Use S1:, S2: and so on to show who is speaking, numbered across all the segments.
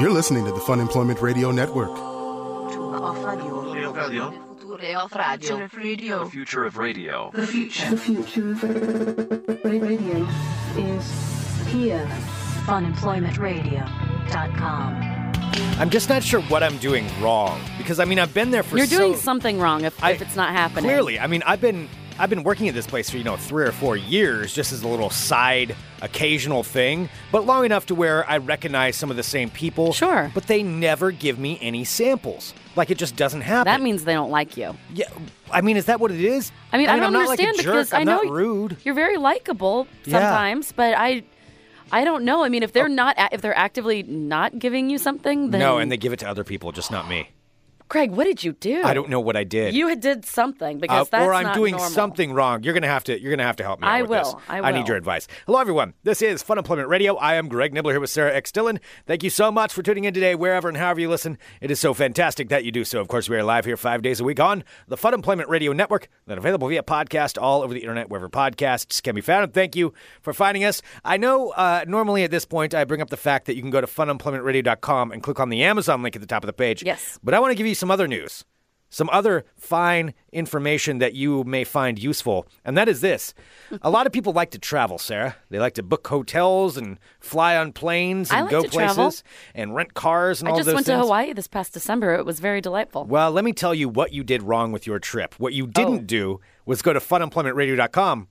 S1: You're listening to the Fun Employment Radio Network.
S2: Off radio. Future off radio.
S3: The future of radio.
S2: The future.
S4: The future of radio is here.
S5: Funemploymentradio.com.
S6: I'm just not sure what I'm doing wrong because I mean I've been there for
S5: You're
S6: so
S5: doing something wrong if,
S6: I-
S5: if it's not happening.
S6: Clearly, I mean I've been I've been working at this place for you know three or four years just as a little side occasional thing, but long enough to where I recognize some of the same people.
S5: Sure.
S6: but they never give me any samples. Like it just doesn't happen.
S5: That means they don't like you.
S6: yeah. I mean, is that what it is?
S5: I mean, I,
S6: am
S5: don't
S6: not
S5: understand
S6: like a jerk.
S5: because
S6: I'm
S5: I know
S6: not rude.
S5: You're very likable
S6: Yeah. Oh.
S5: sometimes, but I, I don't know. I mean, if they're not a- if they're actively not giving you something, then
S6: No, and they give it to other people, just not me.
S5: Craig, what did you do?
S6: I don't know what I did.
S5: You had did something
S6: Uh,
S5: because that's
S6: or I'm
S5: not
S6: doing
S5: normal.
S6: something wrong. You're gonna have to. You're gonna have to help me.
S5: I
S6: out with this.
S5: will. I
S6: need
S5: will.
S6: your advice. Hello, everyone. This is Fun Employment Radio. I am Greg Nibbler here with Sarah X Dillon. Thank you so much for tuning in today, wherever and however you listen. It is so fantastic that you do so. Of course, we are live here five days a week on the Fun Employment Radio Network, then available via podcast all over the internet wherever podcasts can be found. And thank you for finding us. I know uh, normally at this point I bring up the fact that you can go to funemploymentradio.com and click on the Amazon link at the top of the page.
S5: Yes.
S6: But I want to give you some other news some other fine information that you may find useful, and that is this. a lot of people like to travel, Sarah. They like to book hotels and fly on planes
S5: I
S6: and
S5: like
S6: go
S5: to
S6: places
S5: travel.
S6: and rent cars and
S5: I
S6: all
S5: just
S6: those
S5: went to
S6: things.
S5: Hawaii this past December. It was very delightful.
S6: Well, let me tell you what you did wrong with your trip. What you didn't do was go to funemploymentradio.com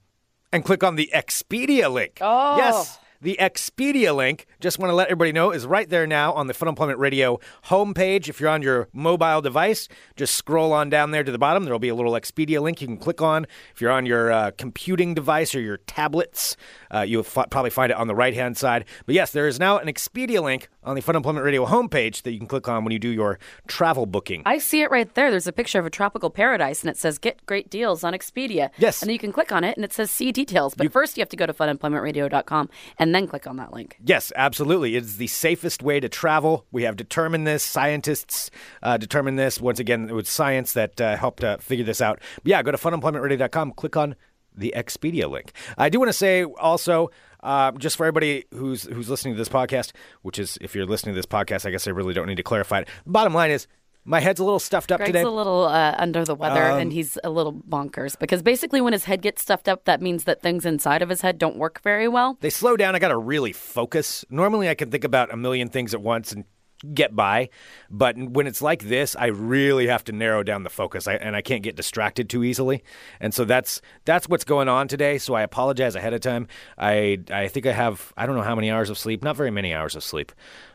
S6: and click on the Expedia link.
S5: Oh.
S6: Yes. The Expedia link, just want to let everybody know, is right there now on the Fun Employment Radio homepage. If you're on your mobile device, just scroll on down there to the bottom. There'll be a little Expedia link you can click on. If you're on your uh, computing device or your tablets, uh, you'll fi- probably find it on the right hand side. But yes, there is now an Expedia link on the Fun Employment Radio homepage that you can click on when you do your travel booking.
S5: I see it right there. There's a picture of a tropical paradise, and it says "Get great deals on Expedia."
S6: Yes.
S5: and then you can click on it, and it says "See details." But first, you have to go to funemploymentradio.com and then click on that link.
S6: Yes, absolutely. It's the safest way to travel. We have determined this. Scientists uh, determined this. Once again, it was science that uh, helped uh, figure this out. But yeah, go to funemploymentradio.com, click on the Expedia link. I do want to say also, uh, just for everybody who's who's listening to this podcast, which is if you're listening to this podcast, I guess I really don't need to clarify it. Bottom line is, my head's a little stuffed up
S5: Greg's
S6: today. Um,
S5: a little uh, under the weather, and he's a little bonkers because basically, when his head gets stuffed up, that means that things inside of his head don't work very well.
S6: They slow down. I got to really focus. Normally, I can think about a million things at once and get by, but when it's like this, I really have to narrow down the focus, I, and I can't get distracted too easily. And so that's that's what's going on today. So I apologize ahead of time. I I think I have I don't know how many hours of sleep. Not very many hours of sleep.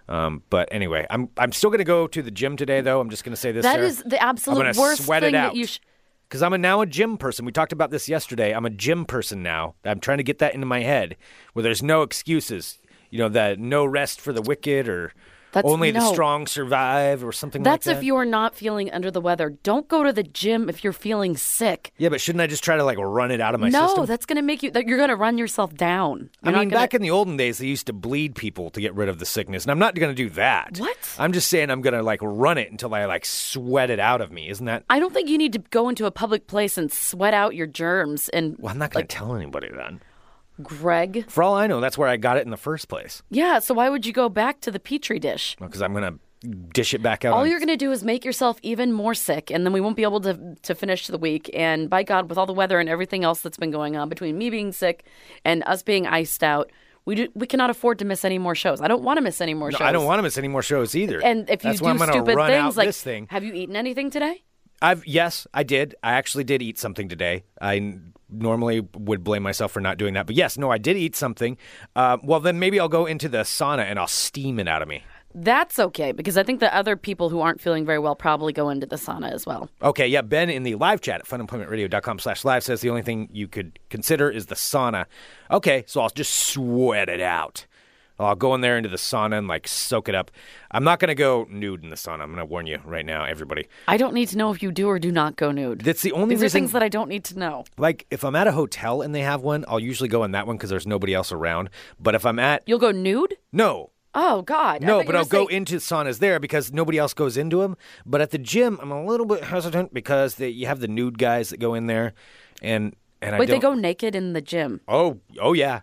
S6: Um, but anyway, I'm I'm still going to go to the gym today, though. I'm just going to say this.
S5: That is the absolute worst thing that you. Sh-
S6: Because I'm a, now a gym person. We talked about this yesterday. I'm a gym person now. I'm trying to get that into my head where there's no excuses. You know, that no rest for the wicked or
S5: That's-
S6: only the
S5: no.
S6: strong survive or something
S5: that's
S6: like that.
S5: if you are not feeling under the weather. Don't go to the gym if you're feeling sick.
S6: yeah, but shouldn't I just try to like run it out of my
S5: no,
S6: system?
S5: that's going to make you. That you're going to run yourself down.
S6: I
S5: You're not
S6: mean,
S5: gonna-
S6: back in the olden days, they used to bleed people to get rid of the sickness, and I'm not going to do that.
S5: What?
S6: I'm just saying I'm going to like run it until I like sweat it out of me. Isn't that?
S5: I don't think you need to go into a public place and sweat out your germs. And
S6: Well, I'm not going to tell anybody then.
S5: Greg,
S6: For all I know, that's where I got it in the first place.
S5: yeah. So why would you go back to the petri dish?
S6: because I'm gonna dish it back out.
S5: All
S6: on-
S5: you're going to do is make yourself even more sick, and then we won't be able to to finish the week. And by God, with all the weather and everything else that's been going on between me being sick and us being iced out, we do, we cannot afford to miss any more shows. I don't want to miss any more
S6: No,
S5: shows.
S6: I don't want to miss any more shows either.
S5: And if you
S6: that's
S5: do
S6: why I'm gonna
S5: stupid
S6: run
S5: things
S6: out
S5: like,
S6: this thing,
S5: have you eaten anything today?
S6: I've yes, I did. I actually did eat something today. I n- normally would blame myself for not doing that, but yes, no, I did eat something. Uh, well, then maybe I'll go into the sauna and I'll steam it out of me.
S5: That's okay because I think the other people who aren't feeling very well probably go into the sauna as well.
S6: Okay, yeah, Ben in the live chat at funemploymentradio.com slash live says the only thing you could consider is the sauna. Okay, so I'll just sweat it out. I'll go in there into the sauna and like soak it up. I'm not going to go nude in the sauna. I'm going to warn you right now, everybody.
S5: I don't need to know if you do or do not go nude.
S6: That's the only
S5: These are
S6: reason.
S5: things that I don't need to know.
S6: like, if I'm at a hotel and they have one, I'll usually go in that one because there's nobody else around. But if I'm at
S5: You'll go nude?
S6: no,
S5: Oh God! I thought
S6: no,
S5: you
S6: but
S5: were
S6: I'll go
S5: saying-
S6: into saunas there because nobody else goes into them. But at the gym, I'm a little bit hesitant because they, you have the nude guys that go in there, and and I
S5: Wait, they
S6: don't-
S5: go naked in the gym.
S6: Oh, oh yeah.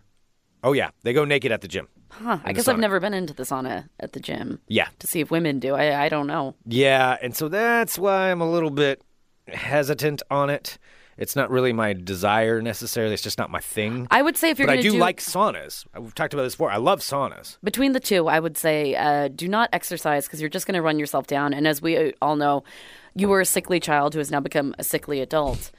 S6: Oh yeah, they go naked at the gym.
S5: Huh, I
S6: In the
S5: guess I've
S6: sauna.
S5: never been into the sauna at the gym.
S6: Yeah.
S5: To see if women do. I, I don't know.
S6: Yeah, and so that's why I'm a little bit hesitant on it. It's not really my desire necessarily. It's just not my thing.
S5: I would say if you're
S6: but I
S5: gonna
S6: do,
S5: do-
S6: like saunas. We've talked about this before. I love saunas.
S5: Between the two, I would say uh, do not exercise because you're just going to run yourself down. And as we uh, all know, you were a sickly child who has now become a sickly adult.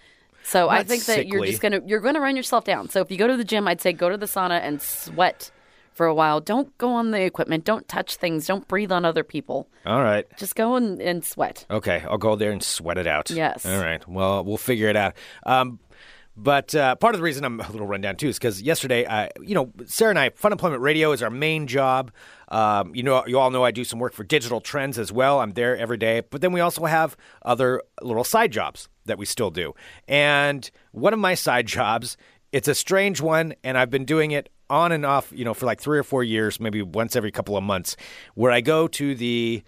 S5: So I
S6: Not
S5: think that you're
S6: sickly.
S5: just going to you're going to run yourself down. So if you go to the gym, I'd say go to the sauna and sweat for a while. Don't go on the equipment. Don't touch things. Don't breathe on other people.
S6: All right.
S5: Just go and, and sweat.
S6: Okay, I'll go there and sweat it out.
S5: Yes.
S6: All right. Well, we'll figure it out. Um, but uh, part of the reason I'm a little run down too is because yesterday, I, you know, Sarah and I, Fun Employment Radio is our main job. Um, you know, you all know I do some work for Digital Trends as well. I'm there every day, but then we also have other little side jobs that we still do. And one of my side jobs, it's a strange one, and I've been doing it on and off, you know, for like three or four years, maybe once every couple of months, where I go to the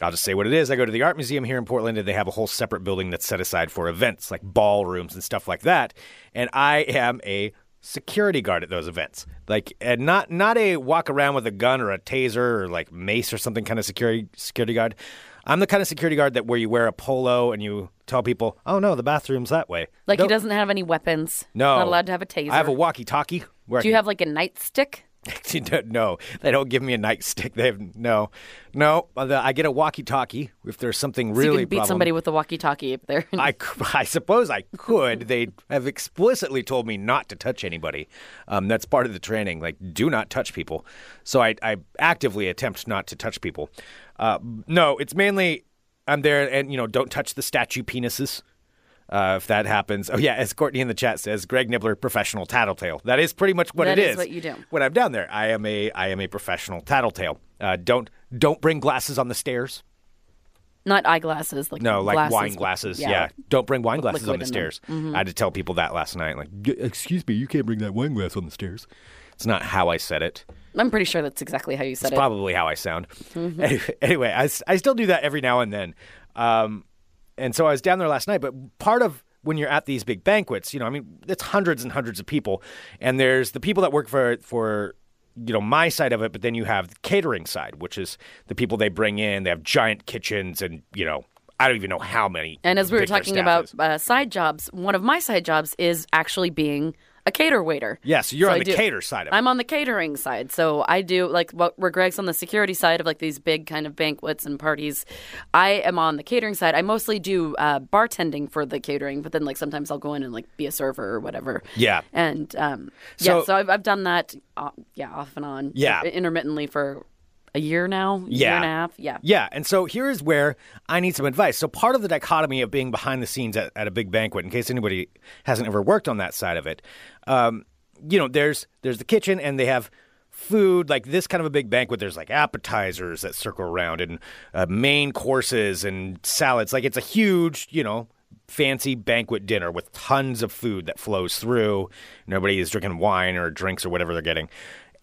S6: I'll just say what it is. I go to the art museum here in Portland, and they have a whole separate building that's set aside for events like ballrooms and stuff like that. And I am a security guard at those events, like and not not a walk around with a gun or a taser or like mace or something kind of security security guard. I'm the kind of security guard that where you wear a polo and you tell people, "Oh no, the bathroom's that way."
S5: Like he
S6: Don't-
S5: doesn't have any weapons.
S6: No,
S5: Not allowed to have a taser.
S6: I have a walkie-talkie. Where I
S5: do you
S6: can-
S5: have like a nightstick?
S6: Actually, no, no, they don't give me a nightstick. They have no, no. uh, I get a walkie-talkie if there's something
S5: So
S6: really.
S5: you can beat
S6: problem.
S5: somebody with a walkie-talkie up there.
S6: I, c- I suppose I could. They have explicitly told me not to touch anybody. Um, that's part of the training. Like, do not touch people. So I, I actively attempt not to touch people. Uh, no, it's mainly I'm there and, you know, don't touch the statue penises. Uh, if that happens, oh yeah, as Courtney in the chat says, Greg Nibbler, professional tattletale. That is pretty much what
S5: That
S6: it
S5: is
S6: is.
S5: what you do.
S6: When I'm down there, I am a I am a professional tattletale. Uh, don't don't bring glasses on the stairs.
S5: Not eyeglasses. Like
S6: No, like
S5: glasses
S6: wine
S5: with-
S6: glasses. Yeah. Don't bring wine glasses on
S5: liquid
S6: the
S5: in them. Mm-hmm.
S6: stairs. I had to tell people that last night. Like, "Y- excuse me, you can't bring that wine glass on the stairs. It's not how I said it.
S5: I'm pretty sure that's exactly how you said
S6: It's
S5: it. Mm-hmm.
S6: probably how I sound. Anyway, anyway, I, s- I still do that every now and then. Um, and so I was down there last night, but part of when you're at these big banquets, you know, I mean, it's hundreds and hundreds of people, and there's the people that work for for you know my side of it, but then you have the catering side, which is the people they bring in. They have giant kitchens, and you know, I don't even know how many.
S5: And as we were
S6: big their
S5: talking
S6: staff
S5: about
S6: is.
S5: uh, side jobs, one of my side jobs is actually being a cater waiter.
S6: Yeah, so you're on
S5: I
S6: the
S5: do-
S6: cater side of it.
S5: I'm on the catering side. So I do like what where Greg's on the security side of like these big kind of banquets and parties. I am on the catering side. I mostly do uh, bartending for the catering, but then like sometimes I'll go in and like be a server or whatever.
S6: Yeah.
S5: And um,
S6: So-
S5: yeah, so I've, I've done that. Uh, yeah, off and on.
S6: Yeah.
S5: intermittently for a year now.
S6: yeah.
S5: year and a half. Yeah.
S6: Yeah. And so here is where I need some advice. So part of the dichotomy of being behind the scenes at, at a big banquet, in case anybody hasn't ever worked on that side of it, um, you know, there's there's the kitchen and they have food like this kind of a big banquet there's like appetizers that circle around and uh, main courses and salads like it's a huge you know fancy banquet dinner with tons of food that flows through nobody is drinking wine or drinks or whatever they're getting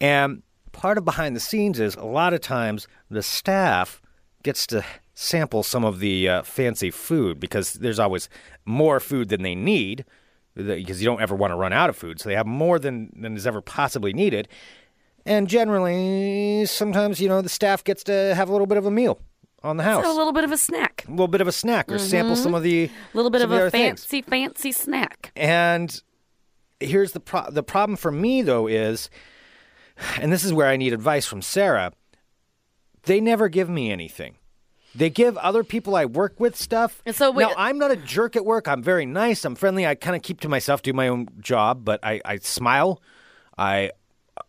S6: and part of behind the scenes is a lot of times the staff gets to sample some of the uh, fancy food because there's always more food than they need because you don't ever want to run out of food. So they have more than, than is ever possibly needed. And generally, sometimes, you know, the staff gets to have a little bit of a meal on the house.
S5: A little bit of a snack.
S6: a little bit of a snack or sample some of the
S5: A Mm-hmm. little bit
S6: some
S5: of
S6: the
S5: a
S6: other things.
S5: fancy, fancy snack.
S6: And here's the pro- the problem for me though is, and this is where I need advice from Sarah. They never give me anything. They give other people I work with stuff.
S5: And so
S6: now
S5: wait-
S6: I'm not a jerk at work. I'm very nice. I'm friendly. I kind of keep to myself, do my own job, but I, I smile. I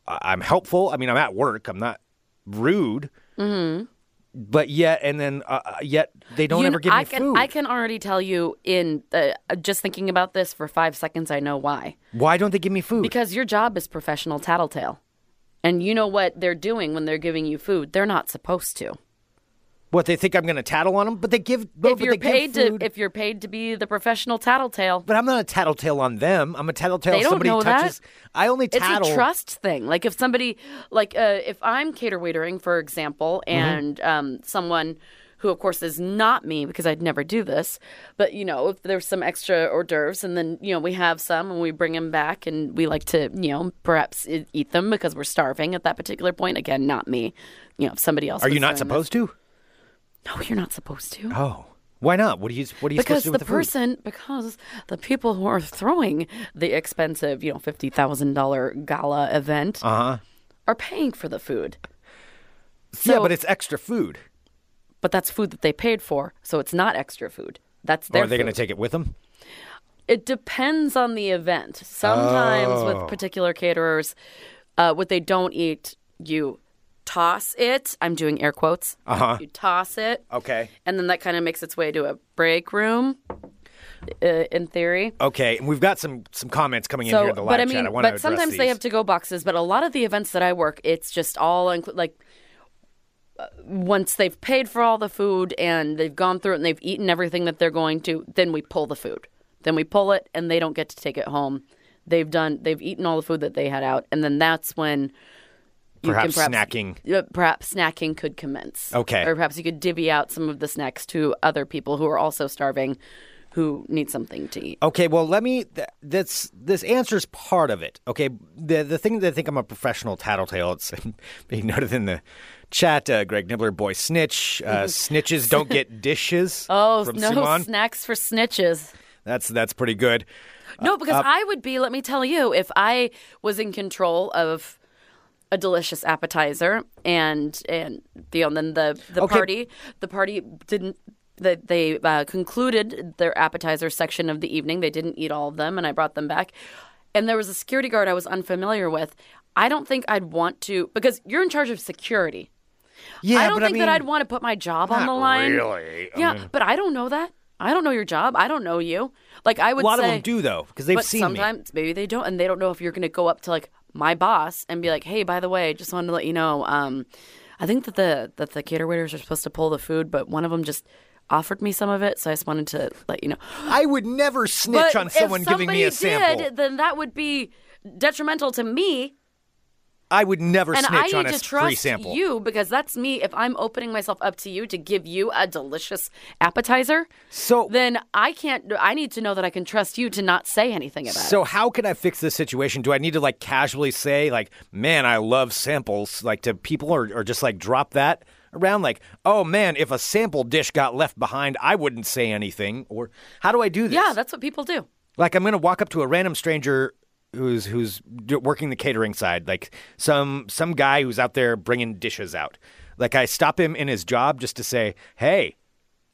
S6: I- I'm helpful. I mean, I'm at work. I'm not rude. Mm-hmm. But yet, and then uh, uh, yet they don't
S5: You kn-
S6: ever give
S5: I
S6: me
S5: can,
S6: food.
S5: I can already tell you in the, uh, just thinking about this for five seconds, I know why.
S6: Why don't they give me food?
S5: Because your job is professional tattletale. And you know what they're doing when they're giving you food. They're not supposed to.
S6: What they think I'm going to tattle on them, but they give. no,
S5: if
S6: but
S5: you're
S6: they give
S5: paid to,
S6: food.
S5: if you're paid to be the professional tattletale,
S6: but I'm not a tattletale on them. I'm a tattletale.
S5: They
S6: if
S5: don't
S6: somebody
S5: know that.
S6: touches. I only tattle.
S5: It's a trust thing. Like if
S6: Mm-hmm.
S5: somebody, like uh, if I'm cater waitering, for example, and um, someone who of course is not me because I'd never do this. But you know, if there's some extra hors d'oeuvres, and then you know we have some, and we bring them back, and we like to you know perhaps e- eat them because we're starving at that particular point. Again, not me. You know, if somebody else.
S6: Are you
S5: was
S6: not
S5: doing this-
S6: supposed to?
S5: No, you're not supposed to.
S6: Oh, why not? What are you What are you
S5: because
S6: supposed to
S5: the
S6: do with the food?
S5: person because the people who are throwing the expensive you know $50000 gala event
S6: Uh-huh.
S5: are paying for the food
S6: yeah,
S5: so-
S6: but it's extra food.
S5: but that's food that they paid for so it's not extra food that's
S6: Or
S5: their
S6: are they going to
S5: food.
S6: take it with them?
S5: it depends on the event sometimes
S6: Oh.
S5: with particular caterers uh, what they don't eat you toss it i'm doing air quotes uh-huh. you toss it
S6: Okay.
S5: and then that kind of makes its way to a break room uh, in theory
S6: Okay, and we've got some some comments coming in here in the live
S5: but I mean,
S6: chat. I want to
S5: but
S6: address
S5: sometimes they
S6: these.
S5: have to go boxes. But a lot of the events that I work, it's just all inclu- like uh, once they've paid for all the food and they've gone through it and they've eaten everything that they're going to, then we pull the food. Then we pull it, and they don't get to take it home. They've done, they've eaten all the food that they had out, and then that's when you
S6: perhaps,
S5: can perhaps
S6: snacking.
S5: yeah, perhaps snacking could commence.
S6: Okay.
S5: Or perhaps you could divvy out some of the snacks to other people who are also starving, who need something to eat.
S6: Okay, well, let me. Th- that's this answers part of it. Okay, the the thing that I think I'm a professional tattletale. It's being noted in the chat. Uh, Greg Nibbler, boy snitch. Uh, snitches don't get dishes.
S5: Oh,
S6: from
S5: no
S6: Simon.
S5: snacks for snitches.
S6: that's that's pretty good. Uh,
S5: No, because I would be, let me tell you, if I was in control of a delicious appetizer and and the and then the the
S6: Okay.
S5: party the party didn't that they uh, concluded their appetizer section of the evening they didn't eat all of them and I brought them back and there was a security guard I was unfamiliar with I don't think I'd want to because you're in charge of security
S6: Yeah,
S5: I don't
S6: but
S5: think
S6: I mean,
S5: that I'd want to put my job on
S6: not
S5: the line
S6: really. I
S5: yeah
S6: mean-
S5: but I don't know that I don't know your job I don't know you like I
S6: A
S5: would
S6: lot of
S5: say-
S6: them do though because they've
S5: but
S6: seen me.
S5: sometimes maybe they don't, and they don't know if you're going to go up to like my boss and be like, "Hey, by the way, just wanted to let you know, um, I think that the that the cater waiters are supposed to pull the food, but one of them just offered me some of it, so I just wanted to let you know."
S6: I would never snitch
S5: But
S6: on someone
S5: if
S6: giving me a
S5: somebody
S6: sample.
S5: Did, then that would be detrimental to me,
S6: I would never
S5: and I
S6: snitch on
S5: need
S6: a
S5: to
S6: s-
S5: trust
S6: free sample.
S5: you because that's me. If I'm opening myself up to you to give you a delicious appetizer,
S6: So
S5: then I can't. I need to know that I can trust you to not say anything about it.
S6: So how can I fix this situation? Do I need to like casually say like, "Man, I love samples," like to people, or or just like drop that around? Like, "Oh man, if a sample dish got left behind, I wouldn't say anything." Or how do I do this?
S5: Yeah, that's what people do.
S6: like I'm gonna walk up to a random stranger who's who's d- working the catering side, like some some guy who's out there bringing dishes out. Like I stop him in his job just to say, "Hey,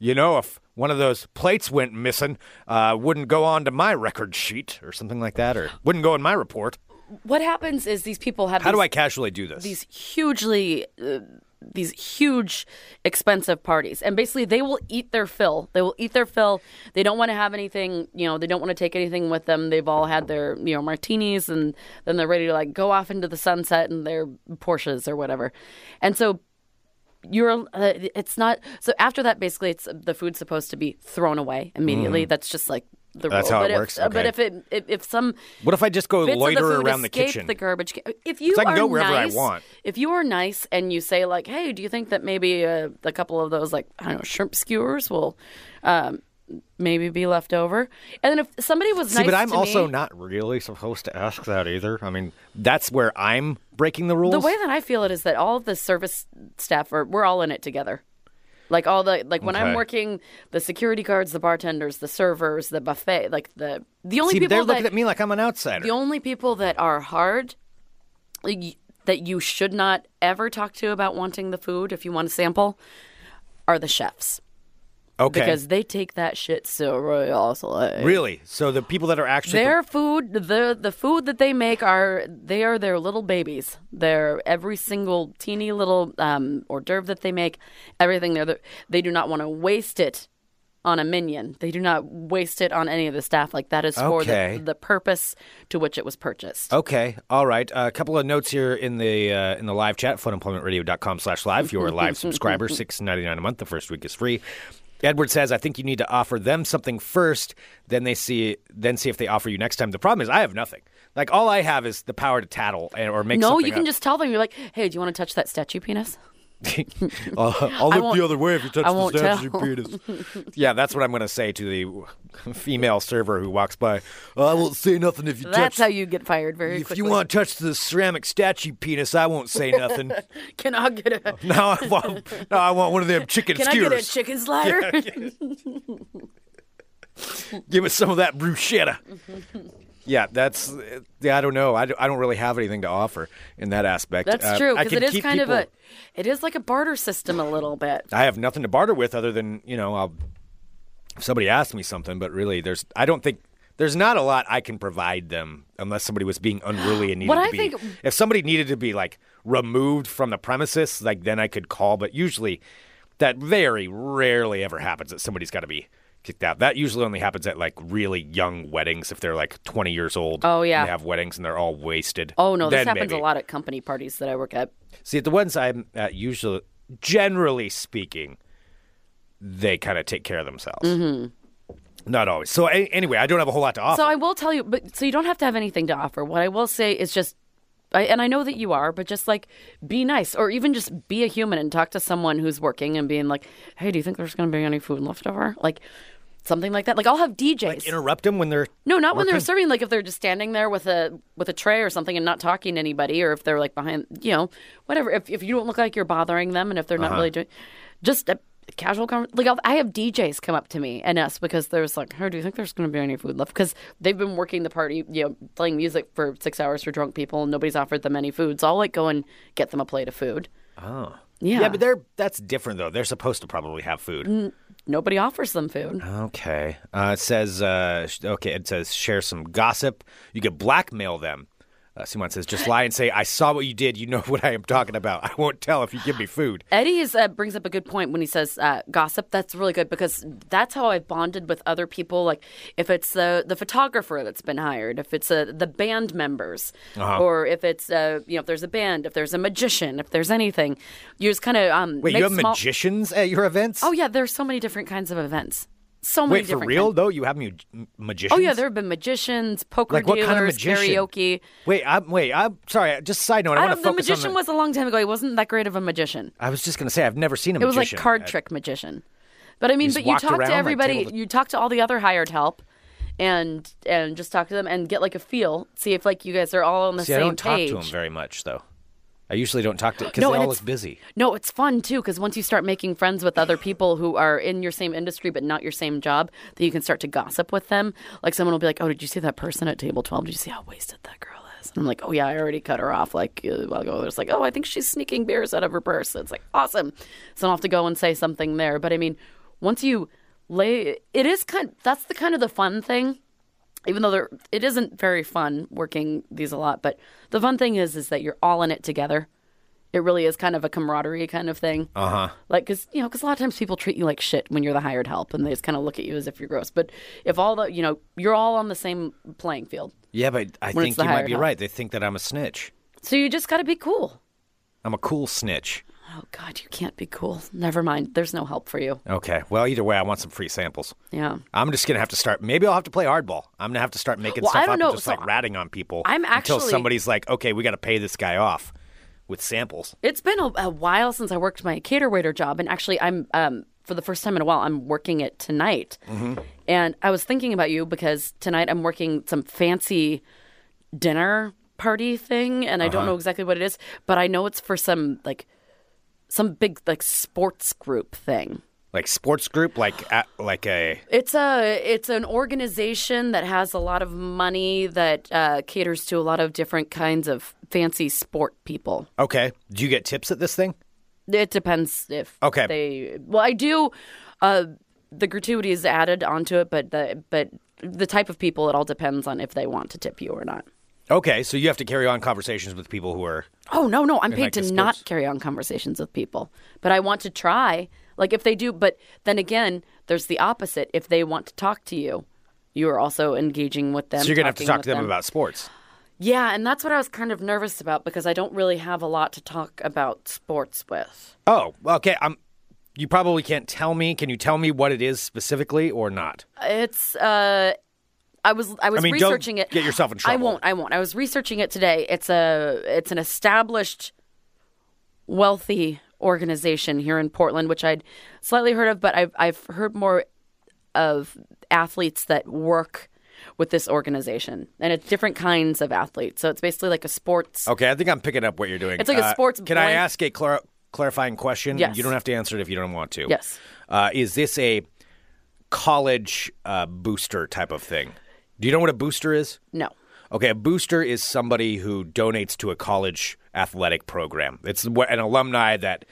S6: you know, if one of those plates went missing, uh, wouldn't go on to my record sheet or something like that, or wouldn't go in my report."
S5: what happens is these people have
S6: How
S5: these,
S6: do I casually do this?
S5: these hugely uh, these huge expensive parties and basically they will eat their fill they will eat their fill they don't want to have anything you know they don't want to take anything with them they've all had their you know martinis and then they're ready to like go off into the sunset in their porsches or whatever and so you're uh, it's not so after that basically it's the food's supposed to be thrown away immediately that's just like the
S6: Mm. That's
S5: rule
S6: how it
S5: but if,
S6: works?
S5: uh, but
S6: Okay.
S5: if it if, if some
S6: what if I just go
S5: bits of
S6: loiter
S5: the food
S6: around the
S5: escape
S6: kitchen?
S5: the garbage can. If you
S6: So I can
S5: are
S6: go wherever I
S5: nice,
S6: want.
S5: if you are nice and you say like, "Hey, do you think that maybe uh, a couple of those like I don't know shrimp skewers will um, maybe be left over?" And then if somebody was
S6: See,
S5: nice,
S6: but I'm
S5: to
S6: also
S5: me,
S6: not really supposed to ask that either. I mean, that's where I'm breaking the rules.
S5: The way that I feel it is that all of the service staff are we're all in it together. Like all the like when
S6: Okay.
S5: I'm working, the security guards, the bartenders, the servers, the buffet, like the the only
S6: See,
S5: people
S6: they're
S5: that
S6: looking at me like I'm an outsider.
S5: The only people that are hard like, y- that you should not ever talk to about wanting the food if you want a sample are the chefs
S6: okay.
S5: because they take that shit so seriously.
S6: Really? So the people that are actually
S5: Their food, the the food that they make are they are their little babies. They're every single teeny little um, hors d'oeuvre that they make, everything they're the, they do not want to waste it on a minion. They do not waste it on any of the staff. Like that is for
S6: Okay.
S5: the, the purpose to which it was purchased.
S6: Okay, all right. A couple of notes here in the uh, in the live chat, funemploymentradio.com slash live. If you're a live subscriber, six ninety nine a month. The first week is free. Edward says, I think you need to offer them something first, then they see then see if they offer you next time. The problem is I have nothing. Like all I have is the power to tattle and, or make
S5: No,
S6: something
S5: you can
S6: up.
S5: just tell them. You're like, hey, do you want to touch that statue penis?
S6: I'll, I'll
S5: I
S6: look
S5: won't-
S6: the other way if you touch
S5: I
S6: the
S5: won't
S6: snaps of
S5: tell.
S6: your penis. yeah, that's what I'm going to say to the female server who walks by. I won't say nothing if you
S5: That's
S6: touch.
S5: how you get fired very
S6: if
S5: quickly.
S6: you want to touch the ceramic statue penis, I won't say nothing.
S5: can I get a
S6: now I want, now I want one of them chicken
S5: can I
S6: skewers.
S5: get a chicken slider?
S6: Give us some of that bruschetta. yeah, that's. uh, Yeah, I don't know. I don't, I don't really have anything to offer in that aspect.
S5: That's
S6: Uh,
S5: true
S6: I
S5: because
S6: can
S5: it is
S6: keep
S5: kind
S6: people-
S5: of a it is like a barter system a little bit.
S6: I have nothing to barter with other than you know I'll, if somebody asks me something, but really there's I don't think there's not a lot I can provide them unless somebody was being unruly and needed
S5: What
S6: to
S5: I
S6: be.
S5: think-
S6: if somebody needed to be like removed from the premises, like then I could call. But usually, that very rarely ever happens that somebody's got to be kicked out. That usually only happens at like really young weddings if they're like 20 years old.
S5: Oh,
S6: and
S5: yeah.
S6: they have weddings and they're all wasted.
S5: Oh no, this
S6: Then
S5: happens
S6: maybe.
S5: a lot at company parties that I work at.
S6: See, the ones I'm at, usually, generally speaking, they kind of take care of themselves. Not always. So a- anyway, I don't have a whole lot to offer.
S5: Mm-hmm. So I will tell you, but so you don't have to have anything to offer. What I will say is just, I, and I know that you are, but just like be nice, or even just be a human and talk to someone who's working and being like, "Hey, do you think there's going to be any food left over?" Like something like that. Like I'll have DJs.
S6: Interrupt them when they're
S5: no, not when they're serving. Like if they're just standing there with a with a tray or something and not talking to anybody, or if they're like behind, you know, whatever. If if you don't look like you're bothering them, and if they're not
S6: Uh-huh.
S5: really doing, just. A, Casual conversation. Like I'll, I have DJs come up to me and us because they're just like, "Hey, do you think there's going to be any food left?" Because they've been working the party, you know, playing music for six hours for drunk people, and nobody's offered them any food. So I'll like go and get them a plate of food. Oh, yeah, Mm.
S6: yeah, but they're that's different though. They're supposed to probably have food.
S5: nobody offers them food.
S6: Okay. Uh, it says uh, sh- okay. It says share some gossip. You could blackmail them. Uh, someone says just lie and say I saw what you did. You know what I am talking about. I won't tell if you give me food.
S5: Eddie is, uh, brings up a good point when he says uh, gossip. That's really good because that's how I've bonded with other people. Like if it's the the photographer that's been hired, if it's uh, the band members,
S6: Uh-huh.
S5: or if it's uh, you know if there's a band, if there's a magician, if there's anything, you just kind of um.
S6: Wait,
S5: make
S6: you have
S5: small-
S6: magicians at your events?
S5: Oh yeah, there's so many different kinds of events. So many
S6: Wait for
S5: different
S6: real
S5: kinds-
S6: though? You have mu- magicians?
S5: Oh yeah, there have been magicians, poker
S6: Like what
S5: dealers,
S6: kind of magician?
S5: karaoke.
S6: Wait, I'm wait. I'm sorry. Just side note. I,
S5: I
S6: want
S5: don't,
S6: to
S5: the
S6: focus
S5: magician
S6: on the,
S5: was a long time ago. He wasn't that great of a magician.
S6: I was just gonna say I've never seen a
S5: It was
S6: magician.
S5: like card
S6: at-
S5: trick magician. But I mean,
S6: just
S5: but you
S6: walked
S5: talk
S6: around,
S5: to
S6: like,
S5: everybody,
S6: table to-
S5: you talk to all the other hired help, and and just talk to them and get like a feel, see if like you guys are all on the
S6: See,
S5: same
S6: I don't
S5: page.
S6: talk to them very much though. I usually don't talk to because
S5: No,
S6: they
S5: and
S6: all
S5: it's-
S6: look busy.
S5: no, it's fun too because once you start making friends with other people who are in your same industry but not your same job, that you can start to gossip with them. Like someone will be like, "Oh, did you see that person at table twelve? Did you see how wasted that girl is?" And I'm like, "Oh yeah, I already cut her off like a while ago." There's like, "Oh, I think she's sneaking beers out of her purse." It's like awesome. So I don't have to go and say something there. But I mean, once you lay, it is kind. that's the kind of the fun thing even though there, it isn't very fun working these a lot, but the fun thing is is that you're all in it together. It really is kind of a camaraderie kind of thing. Uh huh. Like, cause you know, cause a lot of times people treat you like shit when you're the hired help, and they just kind of look at you as if you're gross. But if all the, you know, you're all on the same playing field,
S6: Yeah, but I
S5: When it's
S6: think
S5: the
S6: you might
S5: hired
S6: be
S5: help.
S6: right. They think that I'm a snitch.
S5: so you just got to be cool.
S6: I'm a cool snitch.
S5: Oh God, you can't be cool. Never mind. There's no help for you.
S6: Okay. Well, either way, I want some free samples.
S5: Yeah.
S6: I'm just gonna have to start. Maybe I'll have to play hardball. I'm gonna have to start making
S5: Well,
S6: stuff
S5: I don't
S6: up
S5: know,
S6: and just
S5: so
S6: like ratting on people
S5: I'm
S6: until
S5: actually-
S6: somebody's like, "Okay, we got to pay this guy off with samples."
S5: It's been a, a while since I worked my cater waiter job, and actually, I'm um, for the first time in a while, I'm working it tonight. And I was thinking about you because tonight I'm working some fancy dinner party thing, and I don't know exactly what it is, but I know it's for some like some big like sports group thing.
S6: Like sports group, like at, like a
S5: It's a it's an organization that has a lot of money that uh, caters to a lot of different kinds of fancy sport people.
S6: okay. Do you get tips at this thing?
S5: It depends if
S6: Okay.
S5: they. Well, I do. Uh, the gratuity is added onto it, but the but the type of people it all depends on if they want to tip you or not.
S6: Okay, so you have to carry on conversations with people who are.
S5: Oh no, no, I'm
S6: In,
S5: paid
S6: like,
S5: to
S6: the
S5: not
S6: sports.
S5: carry on conversations with people, but I want to try. Like if they do, but then again, there's the opposite. If they want to talk to you, you are also engaging with them.
S6: so you're gonna have to
S5: talking
S6: talk
S5: with
S6: to them, about sports.
S5: Yeah, and that's what I was kind of nervous about because I don't really have a lot to talk about sports with.
S6: Oh, well, okay. I'm. You probably can't tell me. Can you tell me what it is specifically or not?
S5: It's uh I was I was
S6: I mean, don't
S5: researching it.
S6: get yourself in
S5: I
S6: trouble.
S5: won't. I won't. I was researching it today. It's a it's an established wealthy organization here in Portland, which I'd slightly heard of, but I've, I've heard more of athletes that work with this organization. And it's different kinds of athletes. So it's basically like a sports.
S6: Okay, I think I'm picking up what you're doing. Uh,
S5: It's like a sports
S6: Can I
S5: blank-
S6: ask a clar- clarifying question?
S5: Yes.
S6: You don't have to answer it if you don't want to.
S5: Yes.
S6: Uh, is this a college uh, booster type of thing? Do you know what a booster is?
S5: No.
S6: Okay, a booster is somebody who donates to a college athletic program. It's wh- an alumni that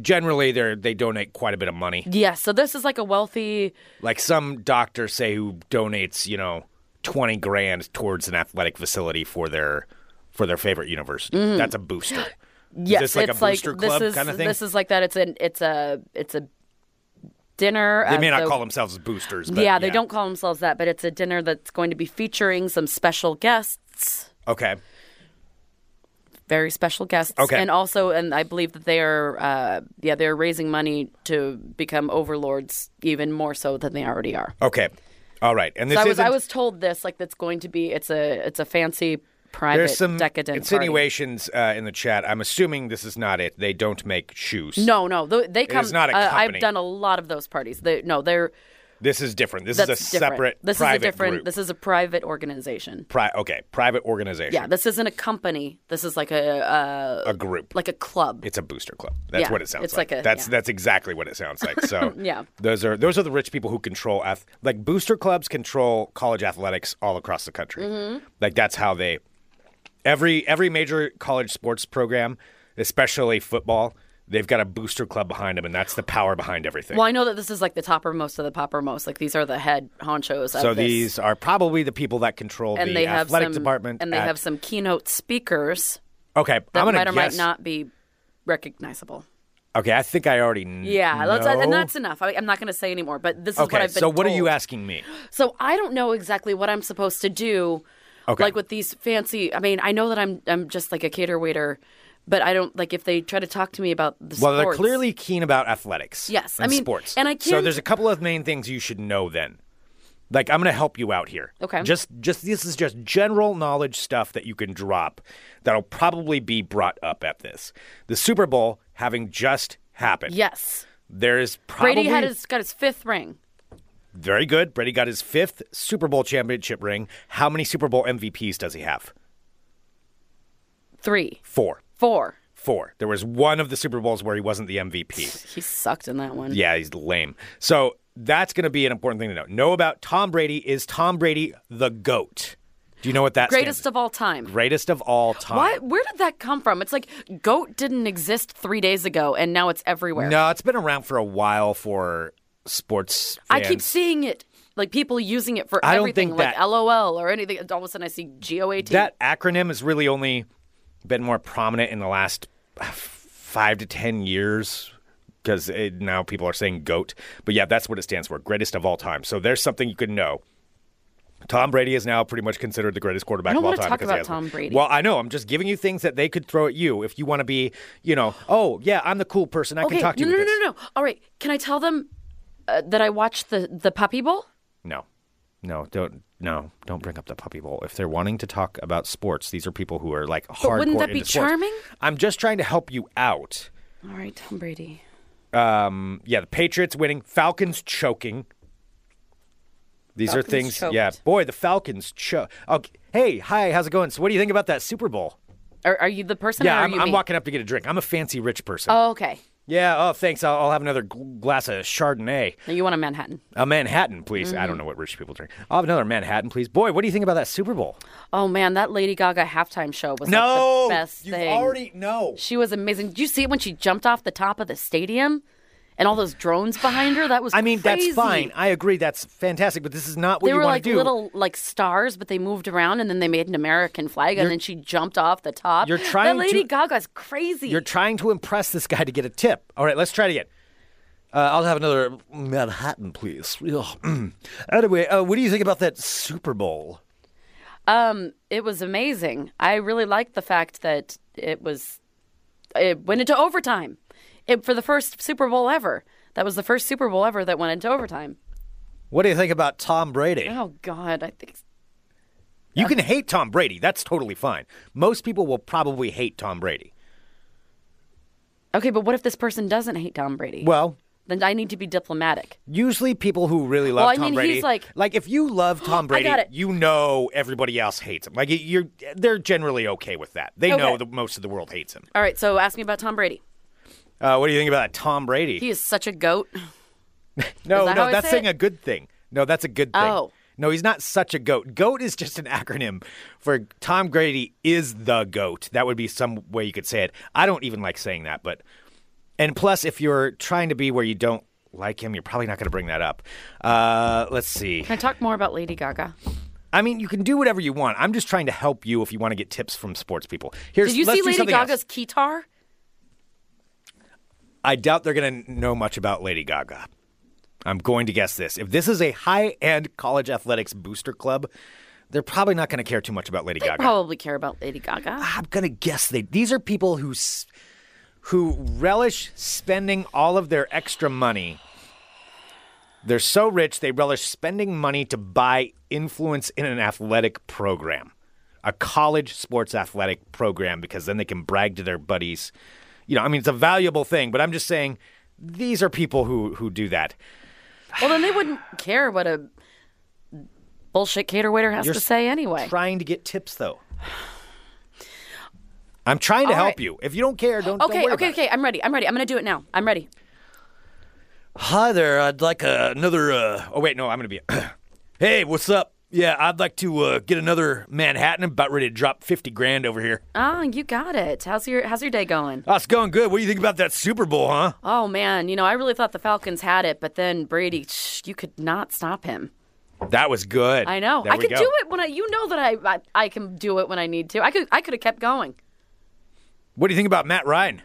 S6: generally they they donate quite a bit of money.
S5: Yeah. So this is like a wealthy.
S6: Like some doctor say who donates, you know, 20 grand towards an athletic facility for their for their favorite university. That's a booster.
S5: Mm. Yes,
S6: is this like
S5: it's
S6: a booster
S5: like
S6: club
S5: this is
S6: kind of thing?
S5: this is like that. It's an it's a it's a dinner.
S6: they may
S5: at
S6: not
S5: the-
S6: call themselves boosters. But
S5: Yeah, they don't call themselves that, but it's a dinner that's going to be featuring some special guests,
S6: Okay.
S5: very special guests,
S6: Okay.
S5: and also, and I believe that they are, uh, yeah, they're raising money to become overlords even more so than they already are.
S6: Okay. All right. And this
S5: So I was
S6: isn't-
S5: I was told this like that's going to be it's a it's a fancy private
S6: there's some
S5: decadent party.
S6: insinuations uh, in the chat. I'm assuming this is not it. They don't make shoes.
S5: No, no, th- they come.
S6: is not a
S5: uh,
S6: company.
S5: I've done a lot of those parties. They, no, they're
S6: This is different. This
S5: that's
S6: is a
S5: different.
S6: separate
S5: This
S6: private
S5: is a different.
S6: group.
S5: This is a private organization.
S6: Pri- okay, private organization.
S5: Yeah, this isn't a company. This is like a uh,
S6: a group.
S5: like a club.
S6: it's a booster club. That's
S5: Yeah,
S6: what it sounds
S5: it's
S6: like.
S5: like a-
S6: that's
S5: yeah.
S6: that's exactly what it sounds like. So
S5: Yeah.
S6: those are those are the rich people who control ath- like booster clubs control college athletics all across the country.
S5: Mm-hmm.
S6: Like that's how they every every major college sports program, especially football, they've got a booster club behind them, and that's the power behind everything.
S5: well, I know that this is like the toppermost of the poppermost. Like these are the head honchos. Of
S6: so
S5: this.
S6: these are probably the people that control
S5: and
S6: the
S5: they have
S6: athletic
S5: some,
S6: department.
S5: and they
S6: at-
S5: have some keynote speakers
S6: Okay,
S5: that
S6: I'm gonna
S5: might or
S6: guess.
S5: might not be recognizable.
S6: Okay, I think I already kn-
S5: Yeah, that's, and
S6: know.
S5: that's enough. I, I'm not going to say anymore. But this is
S6: okay.
S5: what I've been.
S6: so what are you
S5: told.
S6: asking me?
S5: So I don't know exactly what I'm supposed to do.
S6: Okay.
S5: Like with these fancy. I mean, I know that I'm I'm just like a cater waiter, but I don't like if they try to talk to me about the
S6: Well, they're
S5: sports.
S6: clearly keen about athletics.
S5: Yes, I
S6: and
S5: mean,
S6: sports.
S5: and I
S6: So
S5: can't-
S6: there's a couple of main things you should know then. Like I'm going to help you out here.
S5: Okay.
S6: Just just this is just general knowledge stuff that you can drop that'll probably be brought up at this. The Super Bowl having just happened.
S5: yes.
S6: There is probably
S5: Brady had his got his fifth ring.
S6: very good. Brady got his 5th Super Bowl championship ring. How many Super Bowl MVPs does he have?
S5: Three,
S6: 4.
S5: four.
S6: 4. There was one of the Super Bowls where he wasn't the MVP.
S5: He sucked in that one.
S6: Yeah, he's lame. So that's going to be an important thing to know. Know about Tom Brady. Is Tom Brady the GOAT? Do you know what that
S5: Greatest
S6: stands?
S5: of all time.
S6: greatest of all time?
S5: Why? Where did that come from? It's like goat didn't exist three days ago, and now it's everywhere.
S6: No, it's been around for a while for sports.
S5: I keep
S6: fans.
S5: seeing it, like people using it for
S6: I don't
S5: everything,
S6: think
S5: like
S6: that-
S5: LOL or anything. All of a sudden, I see G O A T.
S6: that acronym has really only been more prominent in the last five to ten years because now people are saying goat but yeah that's what it stands for greatest of all time so there's something you could know tom brady is now pretty much considered the greatest quarterback
S5: I don't
S6: of all
S5: wanna
S6: time
S5: talk
S6: because he
S5: about
S6: has-
S5: Tom Brady.
S6: well i know i'm just giving you things that they could throw at you if you want to be you know oh yeah i'm the cool person i
S5: Okay,
S6: can talk to
S5: no,
S6: you
S5: no,
S6: with
S5: no, no, no. All right, can I tell them uh, that I watched the the Puppy Bowl?
S6: no no no don't no don't bring up the puppy bowl if they're wanting to talk about sports these are people who are like hardcore
S5: wouldn't that be
S6: into sports.
S5: charming?
S6: i'm just trying to help you out
S5: All right, Tom Brady.
S6: Um, yeah, the Patriots winning, Falcons choking. These are
S5: Falcons
S6: things.
S5: choked.
S6: Yeah, boy, the Falcons choke. Okay. Hey, hi, how's it going? So, what do you think about that Super Bowl?
S5: Are, are you the person? or
S6: Yeah,
S5: are
S6: I'm,
S5: you
S6: I'm
S5: me?
S6: walking up to get a drink. I'm a fancy rich person.
S5: Oh, okay.
S6: yeah. Oh, thanks. I'll, I'll have another gl- glass of Chardonnay.
S5: Now you want a Manhattan?
S6: A Manhattan, please.
S5: Mm-hmm.
S6: I don't know what rich people drink. I'll have another Manhattan, please. Boy, what do you think about that Super Bowl?
S5: Oh man, that Lady Gaga halftime show was like, the best
S6: you've
S5: thing.
S6: already no.
S5: She was amazing. Did you see it when she jumped off the top of the stadium and all those drones behind her? That was
S6: I mean,
S5: crazy.
S6: that's fine. I agree. That's fantastic. But this is not what
S5: They
S6: you
S5: were
S6: want
S5: like
S6: to do.
S5: little like stars, but they moved around and then they made an American flag and then she jumped off the top.
S6: you're trying
S5: that Lady
S6: to-
S5: Gaga's crazy.
S6: You're trying to impress this guy to get a tip. All right, let's try it again. Uh, I'll have another Manhattan, please. Ugh. anyway, uh, what do you think about that Super Bowl?
S5: Um, it was amazing. I really liked the fact that it was it went into overtime. It, for the first Super Bowl ever. That was the first Super Bowl ever that went into overtime.
S6: What do you think about Tom Brady?
S5: Oh God, I think
S6: You can hate Tom Brady. That's totally fine. Most people will probably hate Tom Brady.
S5: Okay, but what if this person doesn't hate Tom Brady?
S6: Well,
S5: then I need to be diplomatic.
S6: usually people who really love
S5: Well, I
S6: Tom
S5: mean,
S6: Brady,
S5: he's like-
S6: if you love Tom Brady,
S5: got it.
S6: you know everybody else hates him. Like you're, they're generally okay with that. They know
S5: Okay.
S6: that most of the world hates him.
S5: All right, so ask me about Tom Brady.
S6: Uh, what do you think about Tom Brady?
S5: He is such a goat.
S6: no,
S5: is that
S6: no,
S5: how I
S6: that's
S5: say
S6: saying
S5: it?
S6: a good thing. No, that's a good thing.
S5: Oh.
S6: No, he's not such a goat. Goat is just an acronym for Tom Brady is the goat. That would be some way you could say it. I don't even like saying that, but and plus, if you're trying to be where you don't like him, you're probably not going to bring that up. Uh, let's see.
S5: Can I talk more about Lady Gaga?
S6: I mean, you can do whatever you want. I'm just trying to help you if you want to get tips from sports people. Here's
S5: Did you
S6: let's
S5: see
S6: do
S5: Lady
S6: something else.
S5: Gaga's guitar?
S6: I doubt they're going to know much about Lady Gaga. I'm going to guess this. If this is a high-end college athletics booster club, they're probably not going to care too much about Lady Gaga.
S5: Probably care about Lady Gaga.
S6: I'm going to guess they. These are people who s- who relish spending all of their extra money. They're so rich they relish spending money to buy influence in an athletic program, a college sports athletic program, because then they can brag to their buddies. You know, I mean, it's a valuable thing, but I'm just saying these are people who who do that.
S5: Well, then they wouldn't care what a bullshit cater waiter has
S6: You're
S5: to say anyway.
S6: Trying to get tips though. I'm trying to
S5: All
S6: help
S5: right.
S6: you. If you don't care, don't. don't
S5: okay,
S6: worry
S5: okay,
S6: about it.
S5: okay. I'm ready. I'm ready. I'm gonna do it now. I'm ready.
S6: Hi there. I'd like uh, another. Uh... Oh wait, no, I'm gonna be. hey, what's up? Yeah, I'd like to uh, get another Manhattan. About ready to drop fifty grand over here.
S5: Oh, you got it. How's your How's your day going?
S6: Oh, it's going good. What do you think about that Super Bowl, huh?
S5: Oh man, you know I really thought the Falcons had it, but then Brady, shh, you could not stop him.
S6: That was good.
S5: I know.
S6: There
S5: I
S6: we
S5: could
S6: go.
S5: do it when I. You know that I, I I can do it when I need to. I could I could have kept going.
S6: What do you think about Matt Ryan?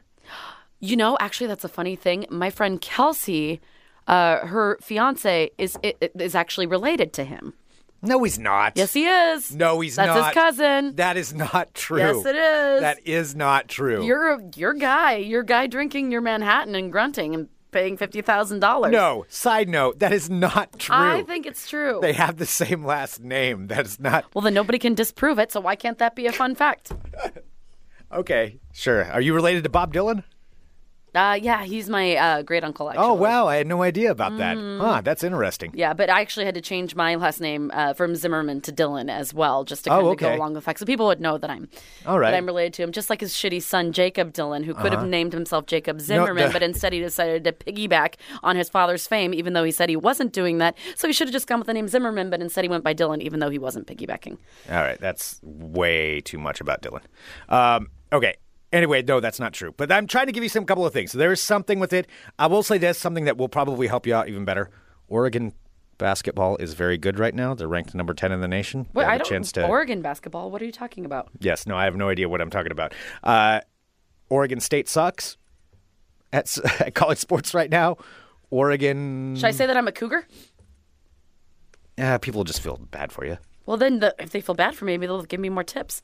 S5: You know, actually, that's a funny thing. My friend Kelsey, uh, her fiance is i- i- is actually related to him.
S6: No, he's not.
S5: Yes, he is.
S6: No, he's
S5: that's
S6: not.
S5: his cousin.
S6: That is not true.
S5: Yes, it is.
S6: That is not true.
S5: your your guy, your guy drinking your Manhattan and grunting and paying fifty thousand dollars.
S6: No. Side note. That is not true.
S5: I think it's true.
S6: they have the same last name. That is not.
S5: well, then nobody can disprove it. So why can't that be a fun fact?
S6: Okay. Sure. Are you related to Bob Dylan?
S5: Uh, yeah, he's my uh, great uncle. Actually.
S6: Oh wow, I had no idea about that.
S5: Mm-hmm.
S6: Huh, that's interesting.
S5: Yeah, but I actually had to change my last name uh, from Zimmerman to Dylan as well, just to
S6: Oh,
S5: kind of
S6: okay.
S5: go along with the fact, so people would know that I'm
S6: All right. Uh-huh.
S5: that I'm related to him. Just like his shitty son Jacob Dylan, who could have named himself Jacob Zimmerman,
S6: the-
S5: but instead he decided to piggyback on his father's fame, even though he said he wasn't doing that. So he should have just gone with the name Zimmerman, but instead he went by Dylan, even though he wasn't piggybacking.
S6: All right, that's way too much about Dylan. Um, okay. Anyway, no, that's not true. But I'm trying to give you some couple of things. So there is something with it. I will say there's something that will probably help you out even better. Oregon basketball is very good right now. They're ranked number ten in the nation. They
S5: Wait,
S6: have
S5: I
S6: a
S5: don't
S6: chance to
S5: Oregon basketball. What are you talking about?
S6: Yes, no, I have no idea what I'm talking about. Uh, Oregon State sucks at, s- at college sports right now. Oregon,
S5: Should I say that I'm a cougar?
S6: uh, people just feel bad for you.
S5: Well, then the, if they feel bad for me, maybe they'll give me more tips.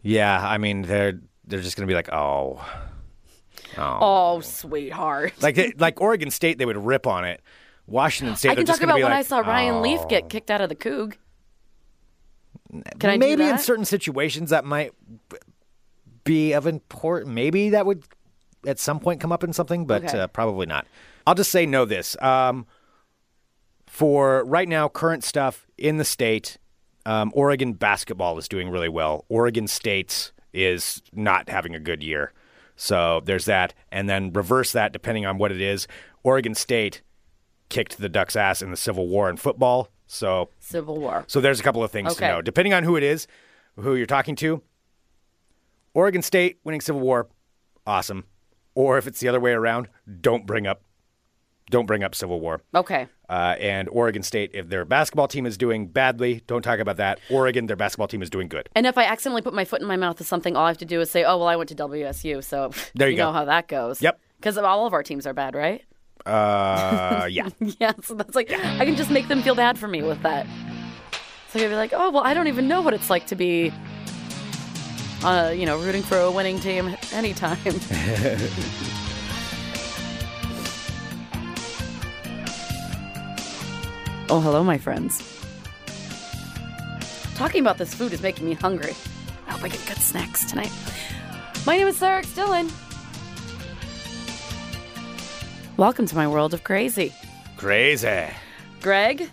S6: Yeah, I mean they're they're just gonna be like, oh,
S5: Oh, sweetheart.
S6: like they, like Oregon State, they would rip on it. Washington
S5: I
S6: State, they're
S5: can
S6: just
S5: talk
S6: gonna
S5: about
S6: be
S5: when
S6: like,
S5: I saw Ryan
S6: oh.
S5: Leaf get kicked out of the Coug. Can I do
S6: Maybe in
S5: that?
S6: certain situations that might be of import. Maybe that would at some point come up in something, but
S5: Okay.
S6: uh, probably not. I'll just say no. This um, for right now, current stuff in the state. Um, Oregon basketball is doing really well. Oregon State's is not having a good year. So there's that. And then reverse that depending on what it is. Oregon State kicked the Ducks' ass in the Civil War in football. So
S5: Civil War.
S6: so there's a couple of things
S5: Okay.
S6: to know. Depending on who it is, who you're talking to, Oregon State winning Civil War, awesome. Or if it's the other way around, don't bring up don't bring up Civil War.
S5: Okay.
S6: Uh, and Oregon State, if their basketball team is doing badly, don't talk about that. Oregon, their basketball team is doing good.
S5: And if I accidentally put my foot in my mouth of something, all I have to do is say, "Oh, well, I went to WSU." So
S6: There you
S5: know
S6: go.
S5: how that goes.
S6: Yep.
S5: Because all of our teams are bad, right?
S6: Uh, yeah.
S5: Yeah. So that's like I can just make them feel bad for me with that. So you'd be like, "Oh, well, I don't even know what it's like to be." Uh, you know, rooting for a winning team anytime. oh, hello, my friends. Talking about this food is making me hungry. I hope I get good snacks tonight. My name is Sarah X. Dillon. Welcome to my world of crazy.
S6: Crazy.
S5: Greg,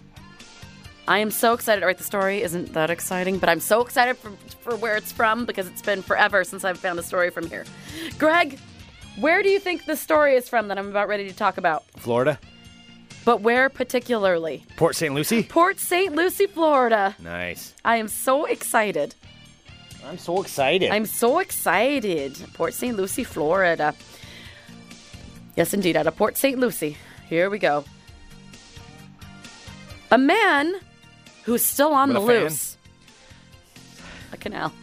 S5: I am so excited. All right, the story isn't that exciting, but I'm so excited for, for where it's from because it's been forever since I've found a story from here. Greg, where do you think the story is from that I'm about ready to talk about?
S6: Florida.
S5: But where particularly?
S6: Port St. Lucie.
S5: Port St. Lucie, Florida.
S6: Nice.
S5: I am so excited.
S6: I'm so excited.
S5: I'm so excited. Port St. Lucie, Florida. Yes, indeed, out of Port St. Lucie. Here we go. A man who's still on
S6: With
S5: the
S6: a fan?
S5: loose. A canal.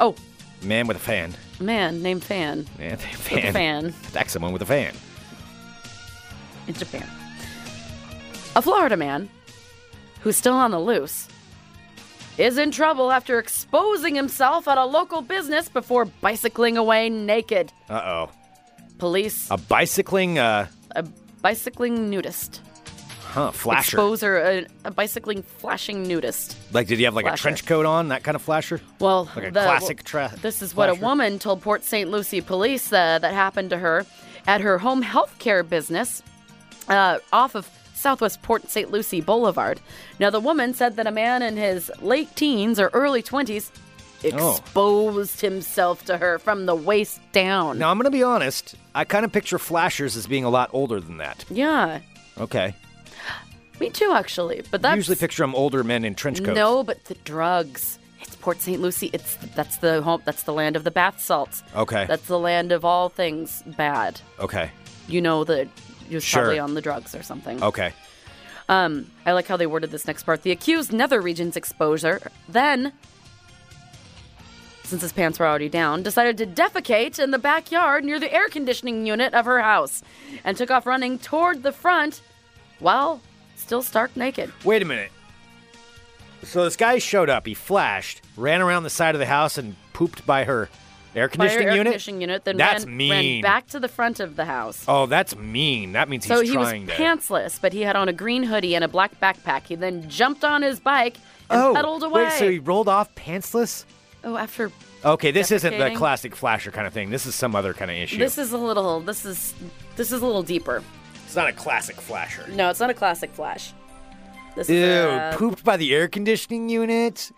S5: Oh,
S6: Man with a fan.
S5: a man named Fan
S6: Yeah, fan.
S5: fan.
S6: That's someone with a fan.
S5: in Japan. A Florida man who's still on the loose is in trouble after exposing himself at a local business before bicycling away naked.
S6: Uh oh.
S5: Police,
S6: A bicycling, uh,
S5: a bicycling nudist.
S6: huh, flasher.
S5: Exposer, a, a bicycling flashing nudist.
S6: Like, did he have like
S5: Flasher.
S6: a trench coat on? That kind of flasher?
S5: Well,
S6: Like a
S5: the-
S6: classic tra-
S5: This is what a
S6: flasher.
S5: woman told Port St. Lucie police uh, that happened to her at her home health care business uh, off of Southwest Port St. Lucie Boulevard. Now, the woman said that a man in his late teens or early 20s
S6: Oh.
S5: exposed himself to her from the waist down.
S6: Now, I'm going to be honest. I kind of picture flashers as being a lot older than that.
S5: Yeah,
S6: Okay.
S5: me too, actually. But that's
S6: I usually picture them older men in trench coats.
S5: no, but the drugs. It's Port St. Lucie. It's that's the home. That's the land of the bath salts.
S6: Okay.
S5: That's the land of all things bad.
S6: Okay.
S5: you know that he was
S6: Sure.
S5: probably on the drugs or something.
S6: Okay.
S5: Um, I like how they worded this next part. The accused nether regions exposure then, since his pants were already down, decided to defecate in the backyard near the air conditioning unit of her house and took off running toward the front while still stark naked.
S6: Wait a minute. So this guy showed up. He flashed, ran around the side of the house, and pooped by her
S5: By her
S6: air conditioning
S5: air
S6: unit.
S5: conditioning unit then
S6: that's
S5: ran,
S6: mean.
S5: ran back to the front of the house.
S6: Oh, that's mean. That means
S5: so
S6: he's
S5: he was
S6: trying to.
S5: pantsless, but he had on a green hoodie and a black backpack. He then jumped on his bike and
S6: oh,
S5: pedaled away.
S6: wait. So he rolled off pantsless.
S5: oh, after
S6: Okay, this isn't the
S5: Defecating.
S6: classic flasher kind of thing. This is some other kind of issue.
S5: This is a little. This is this is a little deeper.
S6: it's not a classic flasher.
S5: No, it's not a classic Flash. This
S6: Ew,
S5: is. uh,
S6: pooped by the air conditioning unit.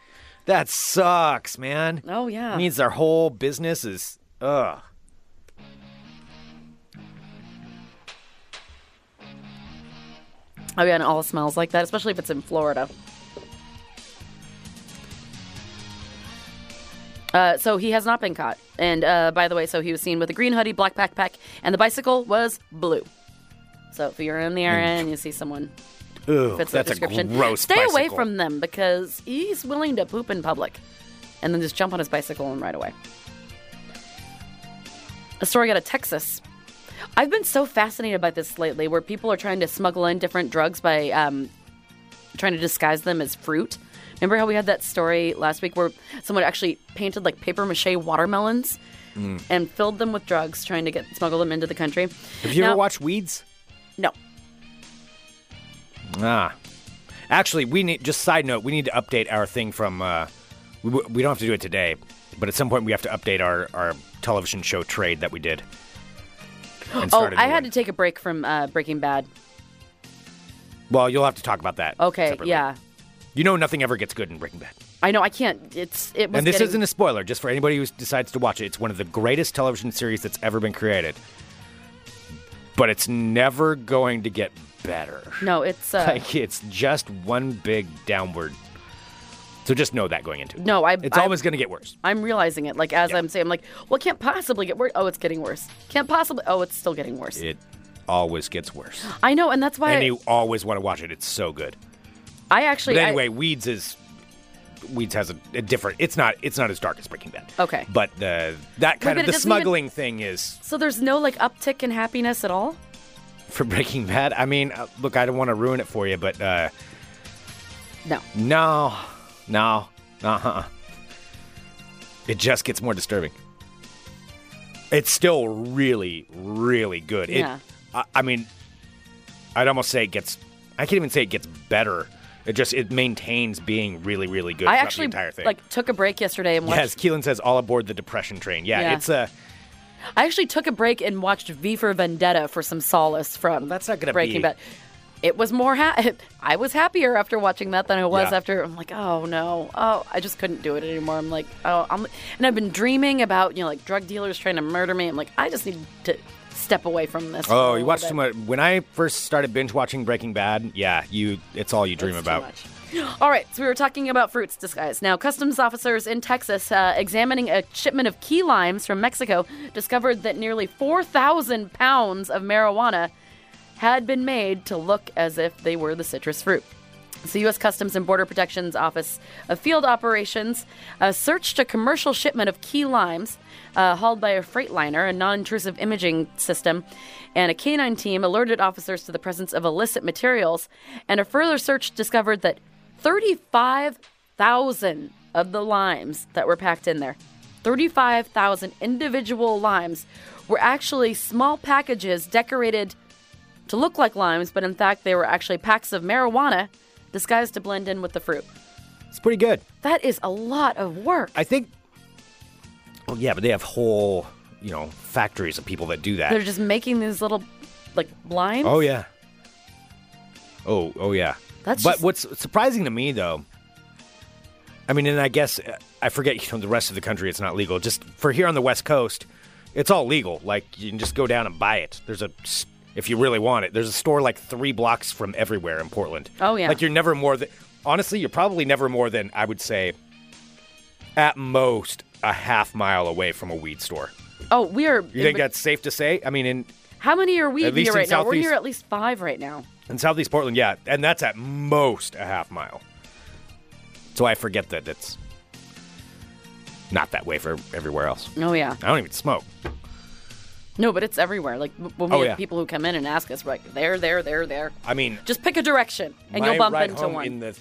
S6: That sucks, man.
S5: Oh yeah.
S6: means their whole business is ugh.
S5: oh yeah, and it all smells like that, especially if it's in Florida. Uh, so he has not been caught. And uh, by the way, so he was seen with a green hoodie, black backpack, and the bicycle was blue. So if you're in the area and you see someone
S6: Ew,
S5: fits
S6: that's
S5: the description,
S6: a gross.
S5: stay away
S6: bicycle.
S5: from them because he's willing to poop in public and then just jump on his bicycle and ride away. a story out of Texas. I've been so fascinated by this lately, where people are trying to smuggle in different drugs by um, trying to disguise them as fruit. Remember how we had that story last week where someone actually painted like paper mache watermelons
S6: Mm.
S5: and filled them with drugs, trying to get smuggle them into the country.
S6: Have you
S5: Now-
S6: ever watched Weeds?
S5: No.
S6: Ah, actually, we need. Just side note, we need to update our thing from. Uh, we, we don't have to do it today, but at some point we have to update our our television show trade that we did. and
S5: Oh,
S6: start a new
S5: I had
S6: one.
S5: to take a break from uh, Breaking Bad.
S6: Well, you'll have to talk about that.
S5: Okay,
S6: separately.
S5: yeah.
S6: You know, nothing ever gets good in Breaking Bad.
S5: I know I can't. It's it was.
S6: and this
S5: getting-
S6: isn't a spoiler, just for anybody who decides to watch it. It's one of the greatest television series that's ever been created. But it's never going to get better.
S5: no. It's uh,
S6: Like, it's just one big downward. So just know that going into it.
S5: no. I.
S6: It's
S5: I-
S6: always going to get worse.
S5: I'm realizing it. Like as I'm saying, I'm like, well, it can't possibly get worse. Oh, it's getting worse. Can't possibly. Oh, it's still getting worse.
S6: It always gets worse.
S5: I know, and that's why
S6: and you always want to watch it. It's so good.
S5: I actually.
S6: But
S5: I-
S6: anyway, Weeds is Weeds has a, a different. It's not. It's not as dark as Breaking Bad.
S5: Okay.
S6: But the that kind
S5: but it
S6: of
S5: doesn't
S6: the
S5: even-
S6: smuggling thing is
S5: so there's no like uptick in happiness at all.
S6: for Breaking Bad. I mean, uh, look, I don't want to ruin it for you, but uh,
S5: No.
S6: no, no, uh huh. It just gets more disturbing. It's still really, really good. It-
S5: Yeah.
S6: I, I mean, I'd almost say it gets. I can't even say it gets better. It just it maintains being really, really good.
S5: I
S6: throughout
S5: actually
S6: the entire thing.
S5: like took a break yesterday and watched.
S6: Yes, Keelan says all aboard the depression train. Yeah,
S5: Yeah.
S6: it's uh, a
S5: I actually took a break and watched V for Vendetta for some solace from
S6: that's not gonna
S5: Breaking
S6: be-
S5: Bad. It was more. Ha- I was happier after watching that than I was
S6: Yeah.
S5: after. I'm like, oh no, oh, I just couldn't do it anymore. I'm like, oh, I'm, and I've been dreaming about you know like drug dealers trying to murder me. I'm like, I just need to step away from this. for a
S6: Oh, you
S5: little
S6: watch
S5: bit.
S6: too much. When I first started binge watching Breaking Bad, yeah, you it's all you dream
S5: It's too
S6: about.
S5: much. All right, so we were talking about fruits disguised. Now, customs officers in Texas uh, examining a shipment of key limes from Mexico discovered that nearly 4,000 pounds of marijuana had been made to look as if they were the citrus fruit. So, U.S. Customs and Border Protection's Office of Field Operations uh, searched a commercial shipment of key limes uh, hauled by a freight liner, a non intrusive imaging system, and a canine team alerted officers to the presence of illicit materials. And a further search discovered that 35,000 of the limes that were packed in there, 35,000 individual limes, were actually small packages decorated to look like limes, but in fact, they were actually packs of marijuana disguised to blend in with the fruit.
S6: It's pretty good.
S5: That is a lot of work.
S6: I think. Oh yeah, but they have whole you know factories of people that do that.
S5: They're just making these little, like, limes.
S6: Oh yeah. Oh oh yeah.
S5: That's
S6: but
S5: just-
S6: what's surprising to me though. I mean, and I guess uh, I forget. You know, the rest of the country it's not legal. Just for here on the West Coast, it's all legal. Like you can just go down and buy it. There's a s- if you really want it. There's a store like three blocks from everywhere in Portland.
S5: Oh, yeah.
S6: Like you're never more than. Honestly, you're probably never more than I would say, at most a half mile away from a weed store.
S5: Oh, we are.
S6: You think that's safe to say? I mean, in
S5: How many are we
S6: At least
S5: here
S6: in
S5: right now? We're
S6: Southeast-
S5: here at least five right now.
S6: In Southeast Portland, yeah, and that's at most a half mile. So I forget that it's not that way for everywhere else.
S5: Oh, yeah.
S6: I don't even smoke.
S5: No, but it's everywhere. Like, w- when we
S6: Oh,
S5: have
S6: yeah.
S5: people who come in and ask us, we're like, there, there, there, there.
S6: I mean,
S5: Just pick a direction and
S6: my
S5: you'll bump
S6: ride
S5: into
S6: home
S5: one.
S6: in the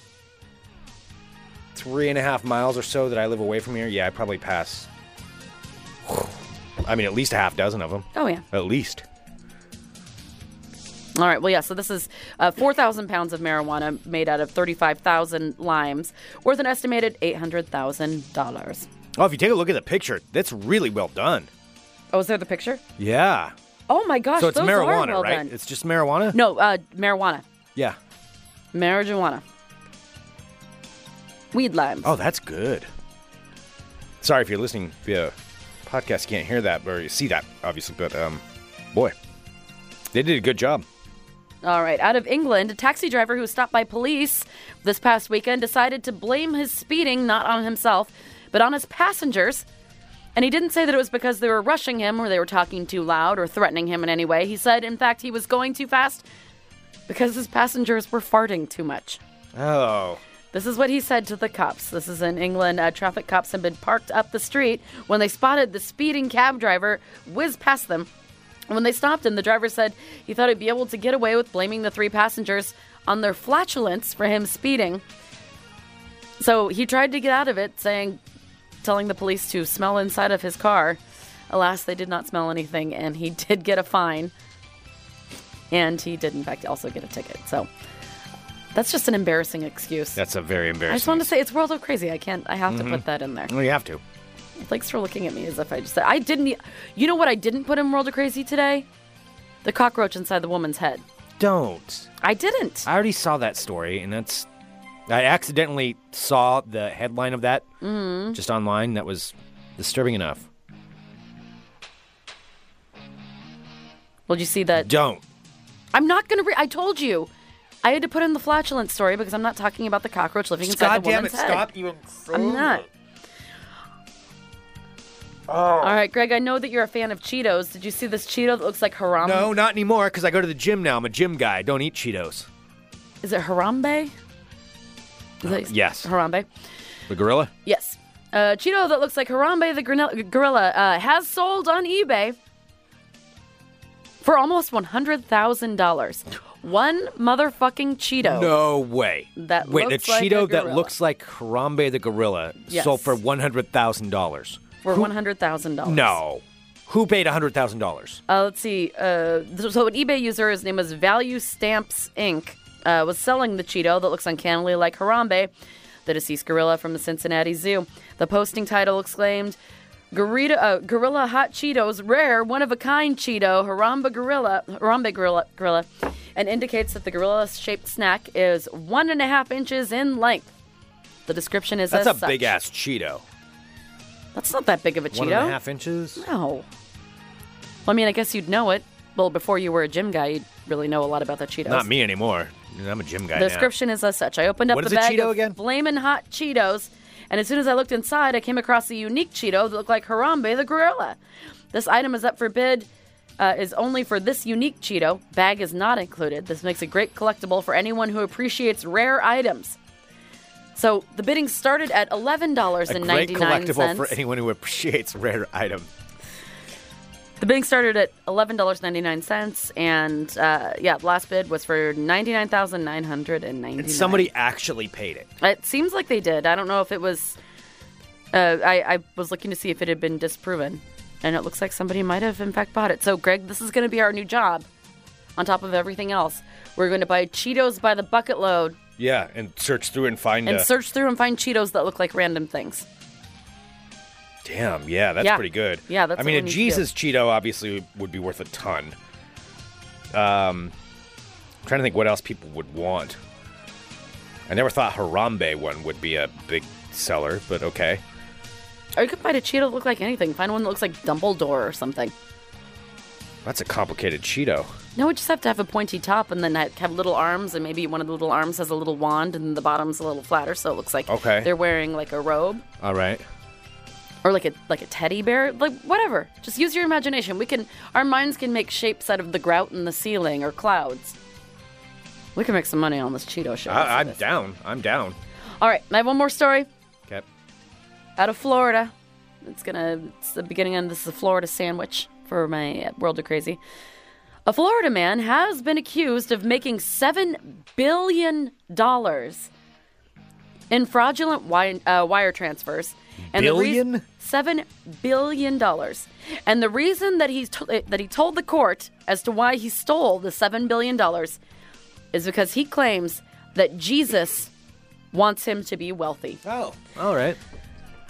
S6: three and a half miles or so that I live away from here. Yeah, I probably pass. I mean, at least a half dozen of them.
S5: oh, yeah.
S6: At least.
S5: All right. Well, yeah. So this is uh, 4,000 pounds of marijuana made out of 35,000 limes, worth an estimated $800,000.
S6: Oh, if you take a look at the picture, that's really well done.
S5: Oh, is there the picture?
S6: Yeah.
S5: Oh my gosh.
S6: so it's
S5: those are
S6: marijuana,
S5: well
S6: right?
S5: done.
S6: It's just marijuana.
S5: no, uh, marijuana,
S6: Yeah.
S5: marijuana, weed limes.
S6: Oh, that's good. Sorry if you're listening via podcast, you can't hear that or you see that, obviously. But um, boy, they did a good job.
S5: All right. Out of England, a taxi driver who was stopped by police this past weekend decided to blame his speeding not on himself, but on his passengers. And he didn't say that it was because they were rushing him or they were talking too loud or threatening him in any way. He said, in fact, he was going too fast because his passengers were farting too much.
S6: Oh,
S5: This is what he said to the cops. This is in England. Uh, traffic cops had been parked up the street when they spotted the speeding cab driver whiz past them. When they stopped him, the driver said he thought he'd be able to get away with blaming the three passengers on their flatulence for him speeding. So he tried to get out of it, saying, telling the police to smell inside of his car. Alas, they did not smell anything, and he did get a fine. And he did, in fact, also get a ticket. So that's just an embarrassing excuse.
S6: that's a very embarrassing.
S5: I just wanted to say it's World of Crazy. I can't. I have
S6: Mm-hmm.
S5: to put that in there.
S6: Well, you have to.
S5: Thanks for looking at me as if I just said I didn't. e- You know what? I didn't put in World of Crazy today. The cockroach inside the woman's head.
S6: Don't.
S5: I didn't.
S6: I already saw that story, and that's. I accidentally saw the headline of that
S5: Mm-hmm.
S6: just online. That was disturbing enough.
S5: Well, you see that?
S6: Don't.
S5: I'm not gonna. Re- I told you. I had to put in the flatulence story because I'm not talking about the cockroach living inside the woman's head.
S6: even.
S5: I'm not.
S6: Oh.
S5: All right, Greg. I know that you're a fan of Cheetos. Did you see this Cheeto that looks like Harambe?
S6: No, not anymore, because I go to the gym now. I'm a gym guy. I don't eat Cheetos.
S5: Is it Harambe? Is that-
S6: Uh, yes.
S5: Harambe.
S6: The gorilla?
S5: Yes. Uh, Cheeto that looks like Harambe the gorilla, gorilla uh, has sold on eBay for almost $100,000. One motherfucking Cheeto.
S6: No way.
S5: That
S6: Wait,
S5: looks
S6: a
S5: like a
S6: Cheeto that
S5: gorilla.
S6: looks like Harambe the gorilla
S5: Yes.
S6: sold for one hundred thousand dollars.
S5: For $100,000.
S6: No, who paid hundred thousand dollars?
S5: Uh, let's see. Uh, so, an eBay user, his name was Value Stamps Inc., uh, was selling the Cheeto that looks uncannily like Harambe, the deceased gorilla from the Cincinnati Zoo. The posting title exclaimed, Gorilla, uh, gorilla Hot Cheetos, rare, one of a kind Cheeto, Haramba Gorilla, Harambe Gorilla, gorilla and indicates that the gorilla shaped snack is one and a half inches in length. The description is
S6: That's
S5: as
S6: a
S5: such.
S6: big ass Cheeto.
S5: That's not that big of a Cheeto.
S6: One and a half inches.
S5: No. Well, I mean, I guess you'd know it. Well, before you were a gym guy, you'd really know a lot about the Cheetos.
S6: Not me anymore. I'm a gym guy
S5: The
S6: now.
S5: description is as such. I opened up
S6: What
S5: the
S6: is a
S5: bag
S6: Cheeto
S5: of
S6: again?
S5: flaming hot Cheetos, and as soon as I looked inside, I came across a unique Cheeto that looked like Harambe the gorilla. This item is up for bid. Uh, is only for this unique Cheeto. Bag is not included. This makes a great collectible for anyone who appreciates rare items. So the bidding started at eleven dollars
S6: A
S5: and
S6: great
S5: ninety nine
S6: collectible
S5: cents.
S6: for anyone who appreciates rare item.
S5: The bidding started at eleven dollars ninety nine cents, and uh, yeah, the last bid was for ninety nine thousand nine hundred and ninety.
S6: And somebody actually paid it.
S5: It seems like they did. I don't know if it was. Uh, I I was looking to see if it had been disproven, and it looks like somebody might have in fact bought it. So, Greg, this is going to be our new job. On top of everything else, we're going to buy Cheetos by the bucket load
S6: Yeah, and search through and find.
S5: and
S6: uh,
S5: search through and find Cheetos that look like random things.
S6: Damn, yeah, that's
S5: Yeah.
S6: pretty good.
S5: Yeah, that's
S6: I
S5: what
S6: mean,
S5: we
S6: a
S5: need to do.
S6: Jesus Cheeto obviously would be worth a ton. Um, I'm trying to think what else people would want. I never thought Harambe one would be a big seller, but okay.
S5: Or you could find a Cheeto that look like anything. Find one that looks like Dumbledore or something.
S6: That's a complicated Cheeto.
S5: No, we just have to have a pointy top and then ha- have little arms, and maybe one of the little arms has a little wand, and the bottom's a little flatter, so it looks like
S6: Okay.
S5: they're wearing like a robe
S6: All right.
S5: or like a like a teddy bear, like whatever. Just use your imagination. We can our minds can make shapes out of the grout in the ceiling or clouds. We can make some money on this Cheeto show. after
S6: I, I'm
S5: this.
S6: down. I'm down.
S5: All right, I have one more story
S6: Okay.
S5: out of Florida. It's gonna. It's the beginning and this is a Florida sandwich for my uh, world of crazy. A Florida man has been accused of making seven billion dollars in fraudulent wire, uh, wire transfers. And the reas-
S6: Billion?
S5: seven billion dollars. And the reason that he's t- uh, that he told the court as to why he stole the seven billion dollars is because he claims that Jesus wants him to be wealthy.
S6: Oh, all right.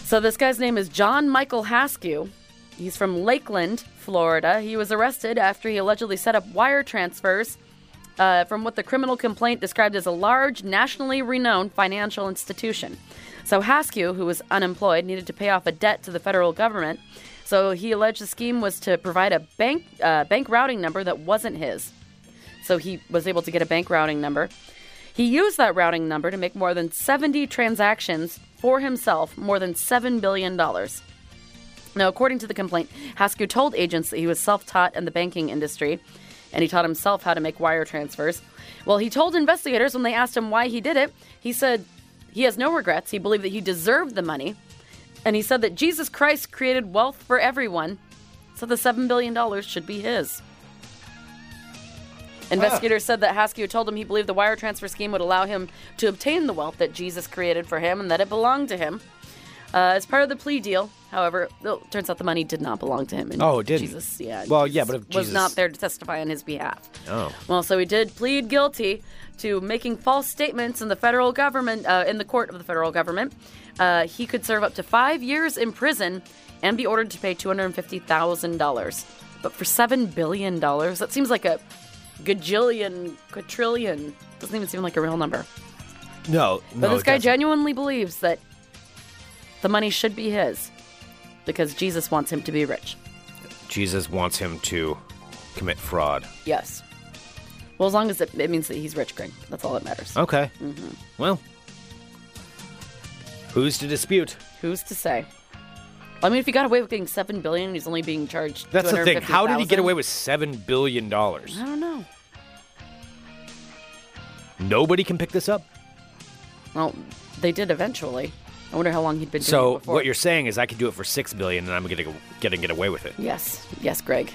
S5: So this guy's name is John Michael Haskew. He's from Lakeland, Florida. He was arrested after he allegedly set up wire transfers uh, from what the criminal complaint described as a large, nationally renowned financial institution. So Haskew, who was unemployed, needed to pay off a debt to the federal government. So he alleged the scheme was to provide a bank uh, bank routing number that wasn't his. So he was able to get a bank routing number. He used that routing number to make more than 70 transactions for himself, more than $7 billion. Now, according to the complaint, Haskew told agents that he was self taught in the banking industry and he taught himself how to make wire transfers. Well, he told investigators when they asked him why he did it, he said he has no regrets. He believed that he deserved the money. And he said that Jesus Christ created wealth for everyone, so the $7 billion should be his.
S6: Ah.
S5: Investigators said that Haskew told him he believed the wire transfer scheme would allow him to obtain the wealth that Jesus created for him and that it belonged to him. Uh, as part of the plea deal, however, well, it turns out the money did not belong to him. And
S6: Oh, it didn't.
S5: Jesus, yeah.
S6: Well, yeah, but if
S5: was
S6: Jesus-
S5: not there to testify on his behalf.
S6: Oh.
S5: Well, so he did plead guilty to making false statements in the federal government, uh, in the court of the federal government. Uh, he could serve up to five years in prison and be ordered to pay two hundred fifty thousand dollars. But for seven billion dollars, that seems like a gajillion, quadrillion. Doesn't even seem like a real number.
S6: No,
S5: But
S6: no,
S5: this
S6: it
S5: guy
S6: doesn't.
S5: genuinely believes that the money should be his because Jesus wants him to be rich.
S6: Jesus wants him to commit fraud.
S5: Yes. Well, as long as it, it means that he's rich, Greg. That's all that matters.
S6: Okay.
S5: Mm-hmm.
S6: Well, who's to dispute?
S5: Who's to say? I mean, if he got away with getting seven billion, and he's only being charged.
S6: That's the thing. How did he get
S5: 250,000?
S6: away with seven billion dollars?
S5: I don't know.
S6: Nobody can pick this up.
S5: Well, they did eventually. I wonder how long he'd been doing it
S6: So
S5: before.
S6: what you're saying is I could do it for six billion, and I'm gonna go- gonna get away with it.
S5: Yes, yes, Greg.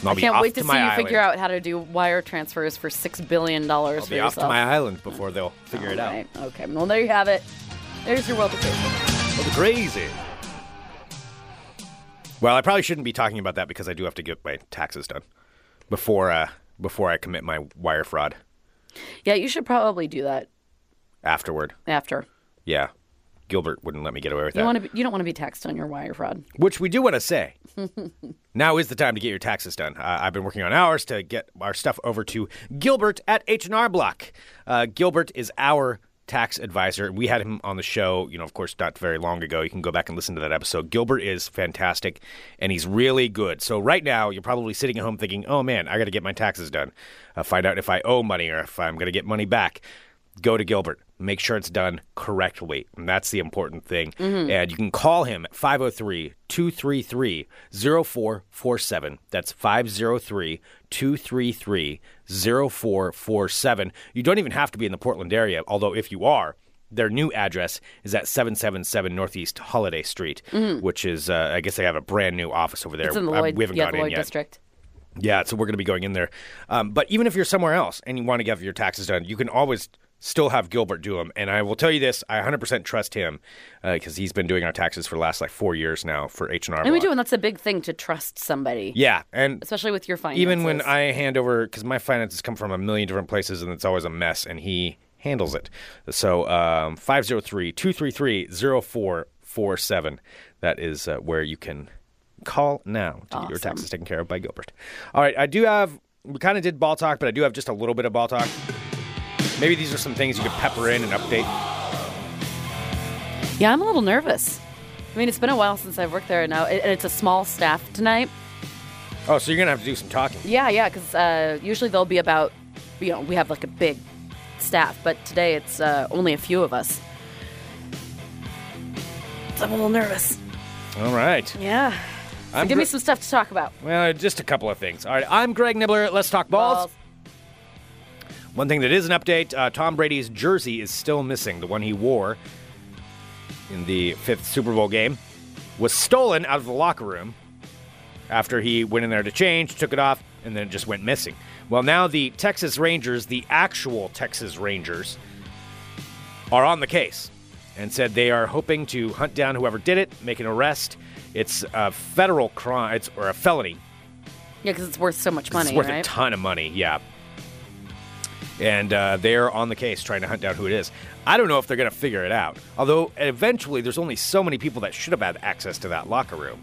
S6: And I'll
S5: I
S6: be
S5: can't
S6: off
S5: wait to,
S6: to
S5: see
S6: my
S5: you
S6: island.
S5: figure out how to do wire transfers for six billion dollars
S6: I'll
S5: for
S6: be off
S5: yourself.
S6: to my island before they'll figure it out.
S5: All right, Okay. Well, there you have it. There's your world of crazy.
S6: Well, crazy. Well, I probably shouldn't be talking about that because I do have to get my taxes done before uh, before I commit my wire fraud
S5: Yeah, you should probably do that
S6: afterward.
S5: after.
S6: Yeah. Gilbert wouldn't let me get away with
S5: You
S6: that.
S5: want to? You don't want to be taxed on your wire fraud.
S6: Which we do want to say. now is the time to get your taxes done. Uh, I've been working on ours to get our stuff over to Gilbert at H&R Block. Uh, Gilbert is our tax advisor. We had him on the show, you know, of course, not very long ago. You can go back and listen to that episode. Gilbert is fantastic, and he's really good. So right now, you're probably sitting at home thinking, oh, man, I got to get my taxes done. Uh, find out if I owe money or if I'm going to get money back go to Gilbert. Make sure it's done correctly. And that's the important thing.
S5: Mm-hmm.
S6: And you can call him at 503 233 0447. That's 503 233 0447. You don't even have to be in the Portland area, although if you are, their new address is at 777 Northeast Holiday Street, which is, uh, I guess they have a brand new office over there.
S5: Mm-hmm. It's in the
S6: Uh,
S5: Lloyd,
S6: we haven't
S5: yeah,
S6: gone
S5: the
S6: in
S5: Lloyd
S6: yet.
S5: district.
S6: Yeah, so we're going to be going in there. Um, but even if you're somewhere else and you want to get your taxes done, you can always still have Gilbert do them. And I will tell you this: I 100% trust him because he's been doing our taxes for the last like four years now for H and R.
S5: And we do, and that's a big thing to trust somebody.
S6: Yeah, and
S5: Especially with your finances.
S6: even when I hand over, because my finances come from a million different places and it's always a mess, and he handles it. So um, 503-233-0447. That is uh, where you can call now to get your
S5: Awesome.
S6: taxes taken care of by Gilbert. All right, I do have, we kind of did ball talk, but I do have just a little bit of ball talk. Maybe these are some things you could pepper in and update.
S5: Yeah, I'm a little nervous. I mean, it's been a while since I've worked there now, and it's a small staff tonight.
S6: Oh, so you're going to have to do some talking.
S5: Yeah, yeah, because uh, usually they'll be about, you know, we have like a big staff, but today it's uh, only a few of us. So I'm a little nervous.
S6: All right.
S5: Yeah. So
S6: I'm
S5: give me
S6: Gre-
S5: some stuff to talk about.
S6: Well, just a couple of things. All right, I'm Greg Nibbler. Let's talk balls.
S5: Balls.
S6: One thing that is an update uh, Tom Brady's jersey is still missing. The one he wore in the fifth Super Bowl game was stolen out of the locker room after he went in there to change, took it off, and then it just went missing. Well, now the Texas Rangers, the actual Texas Rangers, are on the case and said they are hoping to hunt down whoever did it, make an arrest. It's a federal crime, it's, or a felony
S5: Yeah, because it's worth so much
S6: it's
S5: money,
S6: worth
S5: right?
S6: a ton of money, yeah. And uh, they're on the case trying to hunt down who it is. I don't know if they're going to figure it out. Although, eventually, there's only so many people that should have had access to that locker room.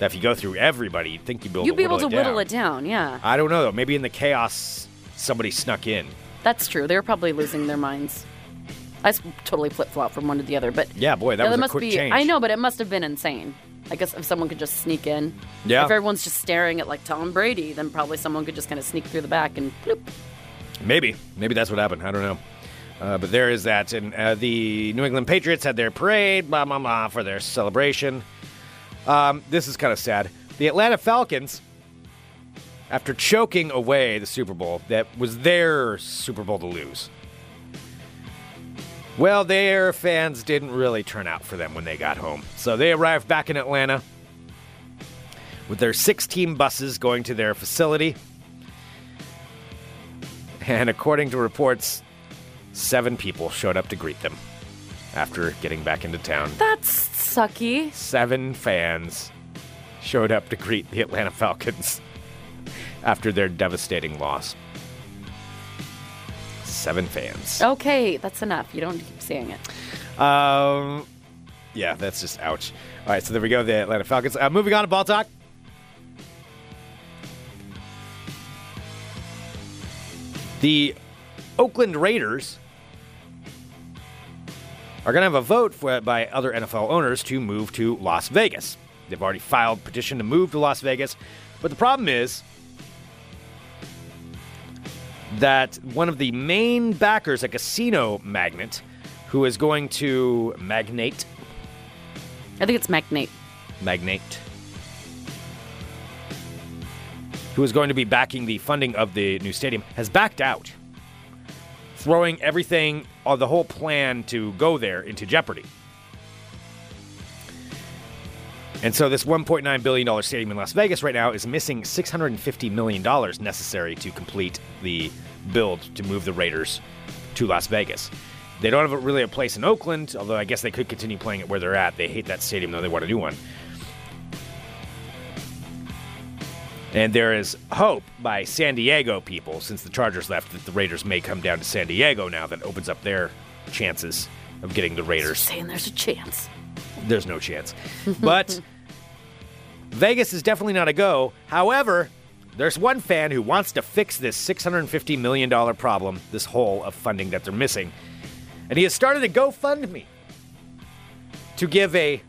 S6: That if you go through everybody, you'd think you'd be able
S5: You'd
S6: to
S5: be
S6: whittle
S5: able to
S6: it
S5: whittle
S6: down.
S5: it down, yeah.
S6: I don't know, though. Maybe in the chaos, somebody snuck in.
S5: That's true. They're probably losing their minds. I s- totally flip flop from one to the other, but
S6: Yeah, boy, that
S5: Yeah,
S6: was a
S5: must
S6: quick
S5: be.
S6: change.
S5: I know, but it must have been insane. I guess if someone could just sneak in.
S6: Yeah.
S5: If everyone's just staring at like Tom Brady, then probably someone could just kind of sneak through the back and bloop.
S6: Maybe. Maybe that's what happened. I don't know. Uh, but there is that. And uh, the New England Patriots had their parade, blah, blah, blah, for their celebration. Um, this is kind of sad. The Atlanta Falcons, after choking away the Super Bowl, that was their Super Bowl to lose. Well, their fans didn't really turn out for them when they got home. So they arrived back in Atlanta with their six team buses going to their facility. And according to reports, seven people showed up to greet them after getting back into town.
S5: That's sucky.
S6: Seven fans showed up to greet the Atlanta Falcons after their devastating loss. Seven fans.
S5: Okay, that's enough. You don't keep saying it.
S6: Um, yeah, that's just ouch. All right, so there we go. The Atlanta Falcons. Uh, moving on to ball talk. The Oakland Raiders are going to have a vote for, by other NFL owners to move to Las Vegas. They've already filed petition to move to Las Vegas, but the problem is that one of the main backers, a casino magnate, who is going to magnate,
S5: I think it's magnate.
S6: magnate, who is going to be backing the funding of the new stadium, has backed out, throwing everything, or the whole plan to go there, into jeopardy. And so, this $1.9 billion stadium in Las Vegas right now is missing $650 million necessary to complete the build to move the Raiders to Las Vegas. They don't have a, really a place in Oakland, although I guess they could continue playing it where they're at. They hate that stadium, though they want a new one. And there is hope by San Diego people, since the Chargers left, that the Raiders may come down to San Diego now. That opens up their chances of getting the Raiders.
S5: Saying there's a chance.
S6: There's no chance. But Vegas is definitely not a go. However, there's one fan who wants to fix this $650 million problem, this hole of funding that they're missing. And he has started a GoFundMe to give a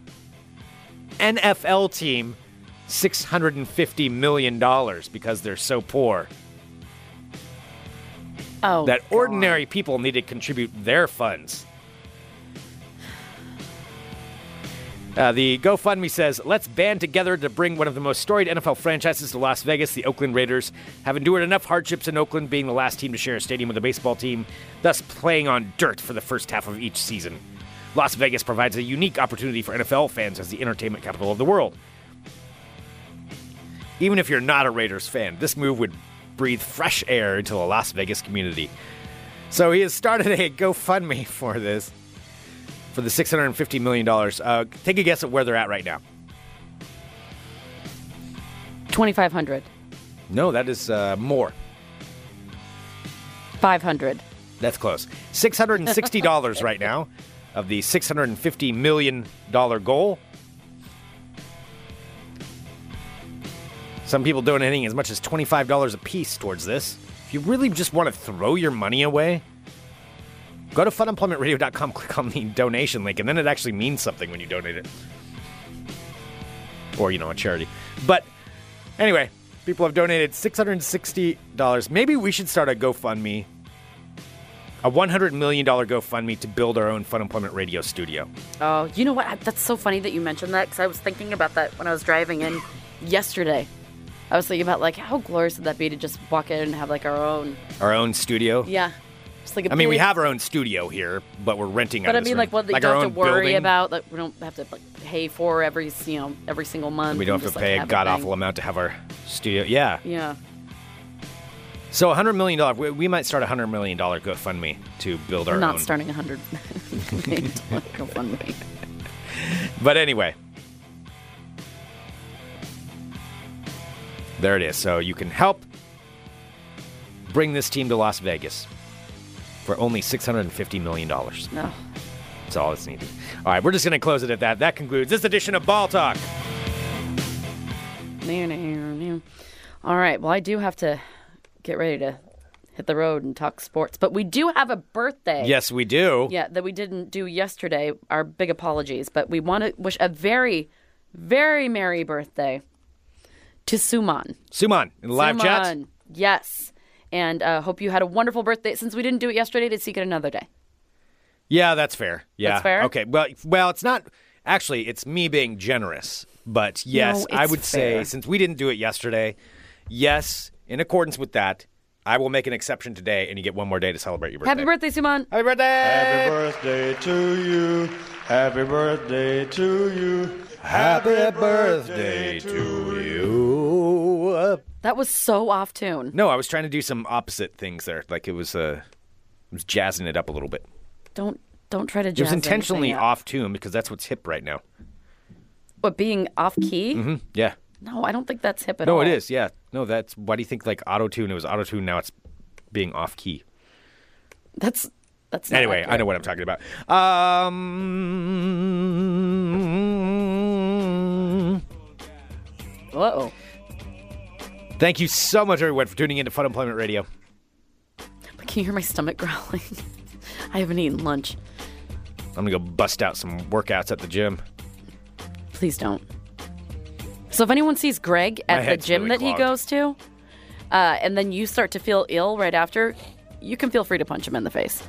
S6: NFL team $650 million because they're so poor
S5: Oh,
S6: that ordinary people need to contribute their funds. Uh, the GoFundMe says, let's band together to bring one of the most storied NFL franchises to Las Vegas. The Oakland Raiders have endured enough hardships in Oakland, being the last team to share a stadium with a baseball team, thus playing on dirt for the first half of each season. Las Vegas provides a unique opportunity for NFL fans as the entertainment capital of the world. Even if you're not a Raiders fan, this move would breathe fresh air into the Las Vegas community. So he has started a GoFundMe for this, for the $650 million. Uh, take a guess at where they're at right now.
S5: 2,500.
S6: No, that is uh, more.
S5: 500.
S6: That's close. $660 right now of the $650 million goal. Some people donating as much as $25 a piece towards this. If you really just want to throw your money away, go to funemploymentradio.com, click on the donation link, and then it actually means something when you donate it. Or, you know, a charity. But anyway, people have donated $660. Maybe we should start a GoFundMe a $100 million GoFundMe to build our own Fun Employment Radio studio.
S5: Oh, you know what? I- That's so funny that you mentioned that because I was thinking about that when I was driving in yesterday. I was thinking about like how glorious would that be to just walk in and have like our own.
S6: Our own studio.
S5: Yeah. Just like a
S6: I mean, we
S5: big-
S6: have our own studio here, but we're renting out
S5: But I
S6: this
S5: mean,
S6: room.
S5: like what they
S6: our
S5: don't have
S6: own
S5: to worry
S6: building.
S5: about. Like we don't have to like pay for every you know every single month.
S6: We don't
S5: and
S6: have
S5: just,
S6: to
S5: like,
S6: pay a
S5: have
S6: god awful
S5: thing.
S6: amount to have our studio. Yeah.
S5: Yeah.
S6: So a $100 million, we, we might start a $100 million GoFundMe to build our
S5: We're not
S6: own.
S5: starting a hundred. GoFundMe.
S6: But anyway. There it is. So you can help bring this team to Las Vegas for only $650 million.
S5: No.
S6: That's all that's needed. All right, we're just going to close it at that. That concludes this edition of Ball Talk.
S5: Meow, meow, meow. All right. Well, I do have to get ready to hit the road and talk sports, but we do have a birthday.
S6: Yes, we do.
S5: Yeah, that we didn't do yesterday. Our big apologies, but we want to wish a very, very merry birthday to Suman.
S6: Suman in the live chat.
S5: Suman, Yes. And uh, hope you had a wonderful birthday. Since we didn't do it yesterday, to seek it another day.
S6: Yeah, that's fair. Yeah.
S5: That's fair?
S6: Okay. Well, well, it's not actually. It's me being generous, but yes,
S5: No,
S6: I
S5: it's
S6: would say
S5: fair.
S6: since we didn't do it yesterday, yes, in accordance with that, I will make an exception today, and you get one more day to celebrate your birthday.
S5: Happy birthday, Suman.
S6: Happy birthday!
S7: Happy birthday to you. Happy birthday to you.
S6: Happy birthday to you.
S5: That was so off tune.
S6: No, I was trying to do some opposite things there. Like it was, uh, I was jazzing it up a little bit.
S5: Don't don't try to.
S6: It
S5: Jazz
S6: was intentionally
S5: anything up.
S6: off tune because that's what's hip right now. Hmm,
S5: But being off key?
S6: Yeah.
S5: No, I don't think that's hip at
S6: Mm-hmm. No,
S5: all.
S6: it is. Yeah. No, that's why do you think like auto tune? It was auto tune. Now it's being off key.
S5: That's that's. Not
S6: Anyway, I
S5: accurate.
S6: know what I'm talking about. Um,
S5: Whoa.
S6: thank you so much, everyone, for tuning in to Fun Employment Radio.
S5: But can you hear my stomach growling? I haven't eaten lunch.
S6: I'm gonna go bust out some workouts at the gym.
S5: Please don't. So if anyone sees Greg at the
S6: head's
S5: gym
S6: really
S5: that he
S6: clogged.
S5: goes to, uh, and then you start to feel ill right after, you can feel free to punch him in the face.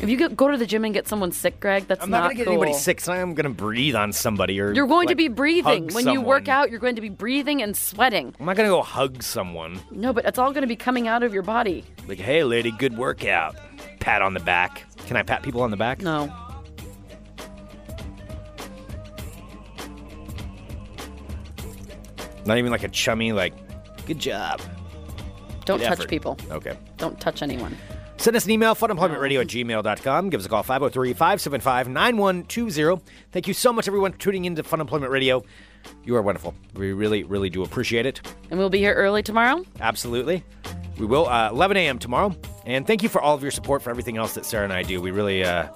S5: If you go- go to the gym and get someone sick, Greg, that's
S6: I'm not, gonna get anybody
S5: cool.
S6: sick. 'cause I am gonna breathe on somebody or
S5: You're going to
S6: like,
S5: be breathing
S6: hug
S5: when you work
S6: someone.
S5: out. You're going to be breathing and sweating.
S6: I'm not gonna go hug someone.
S5: No, but it's all going to be coming out of your body.
S6: Like, hey, lady, good workout. Pat on the back. Can I pat people on the back?
S5: No.
S6: Not even like a chummy, like, good job.
S5: Don't
S6: Good
S5: touch
S6: effort.
S5: people.
S6: Okay.
S5: Don't touch anyone.
S6: Send us an email, funemploymentradio at gmail.com. Give us a call, 503 575 9120. Thank you so much, everyone, for tuning in to Fun Employment Radio. You are wonderful. We really, really do appreciate it.
S5: And we'll be here early tomorrow.
S6: Absolutely. We will uh, 11 a.m. tomorrow. And thank you for all of your support for everything else that Sarah and I do. We really, uh,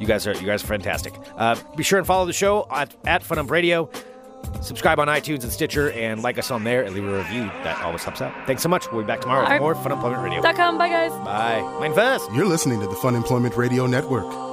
S6: you guys are you guys are fantastic. Uh, be sure and follow the show at, at Fun Ump Radio. Subscribe on iTunes and Stitcher, and like us on there, and leave a review. That always helps out. Thanks so much. We'll be back tomorrow
S5: All
S6: with
S5: right.
S6: more Fun Employment Radio.
S5: Dot com. Bye, guys.
S6: Bye. Mind first.
S1: You're listening to the Fun Employment Radio Network.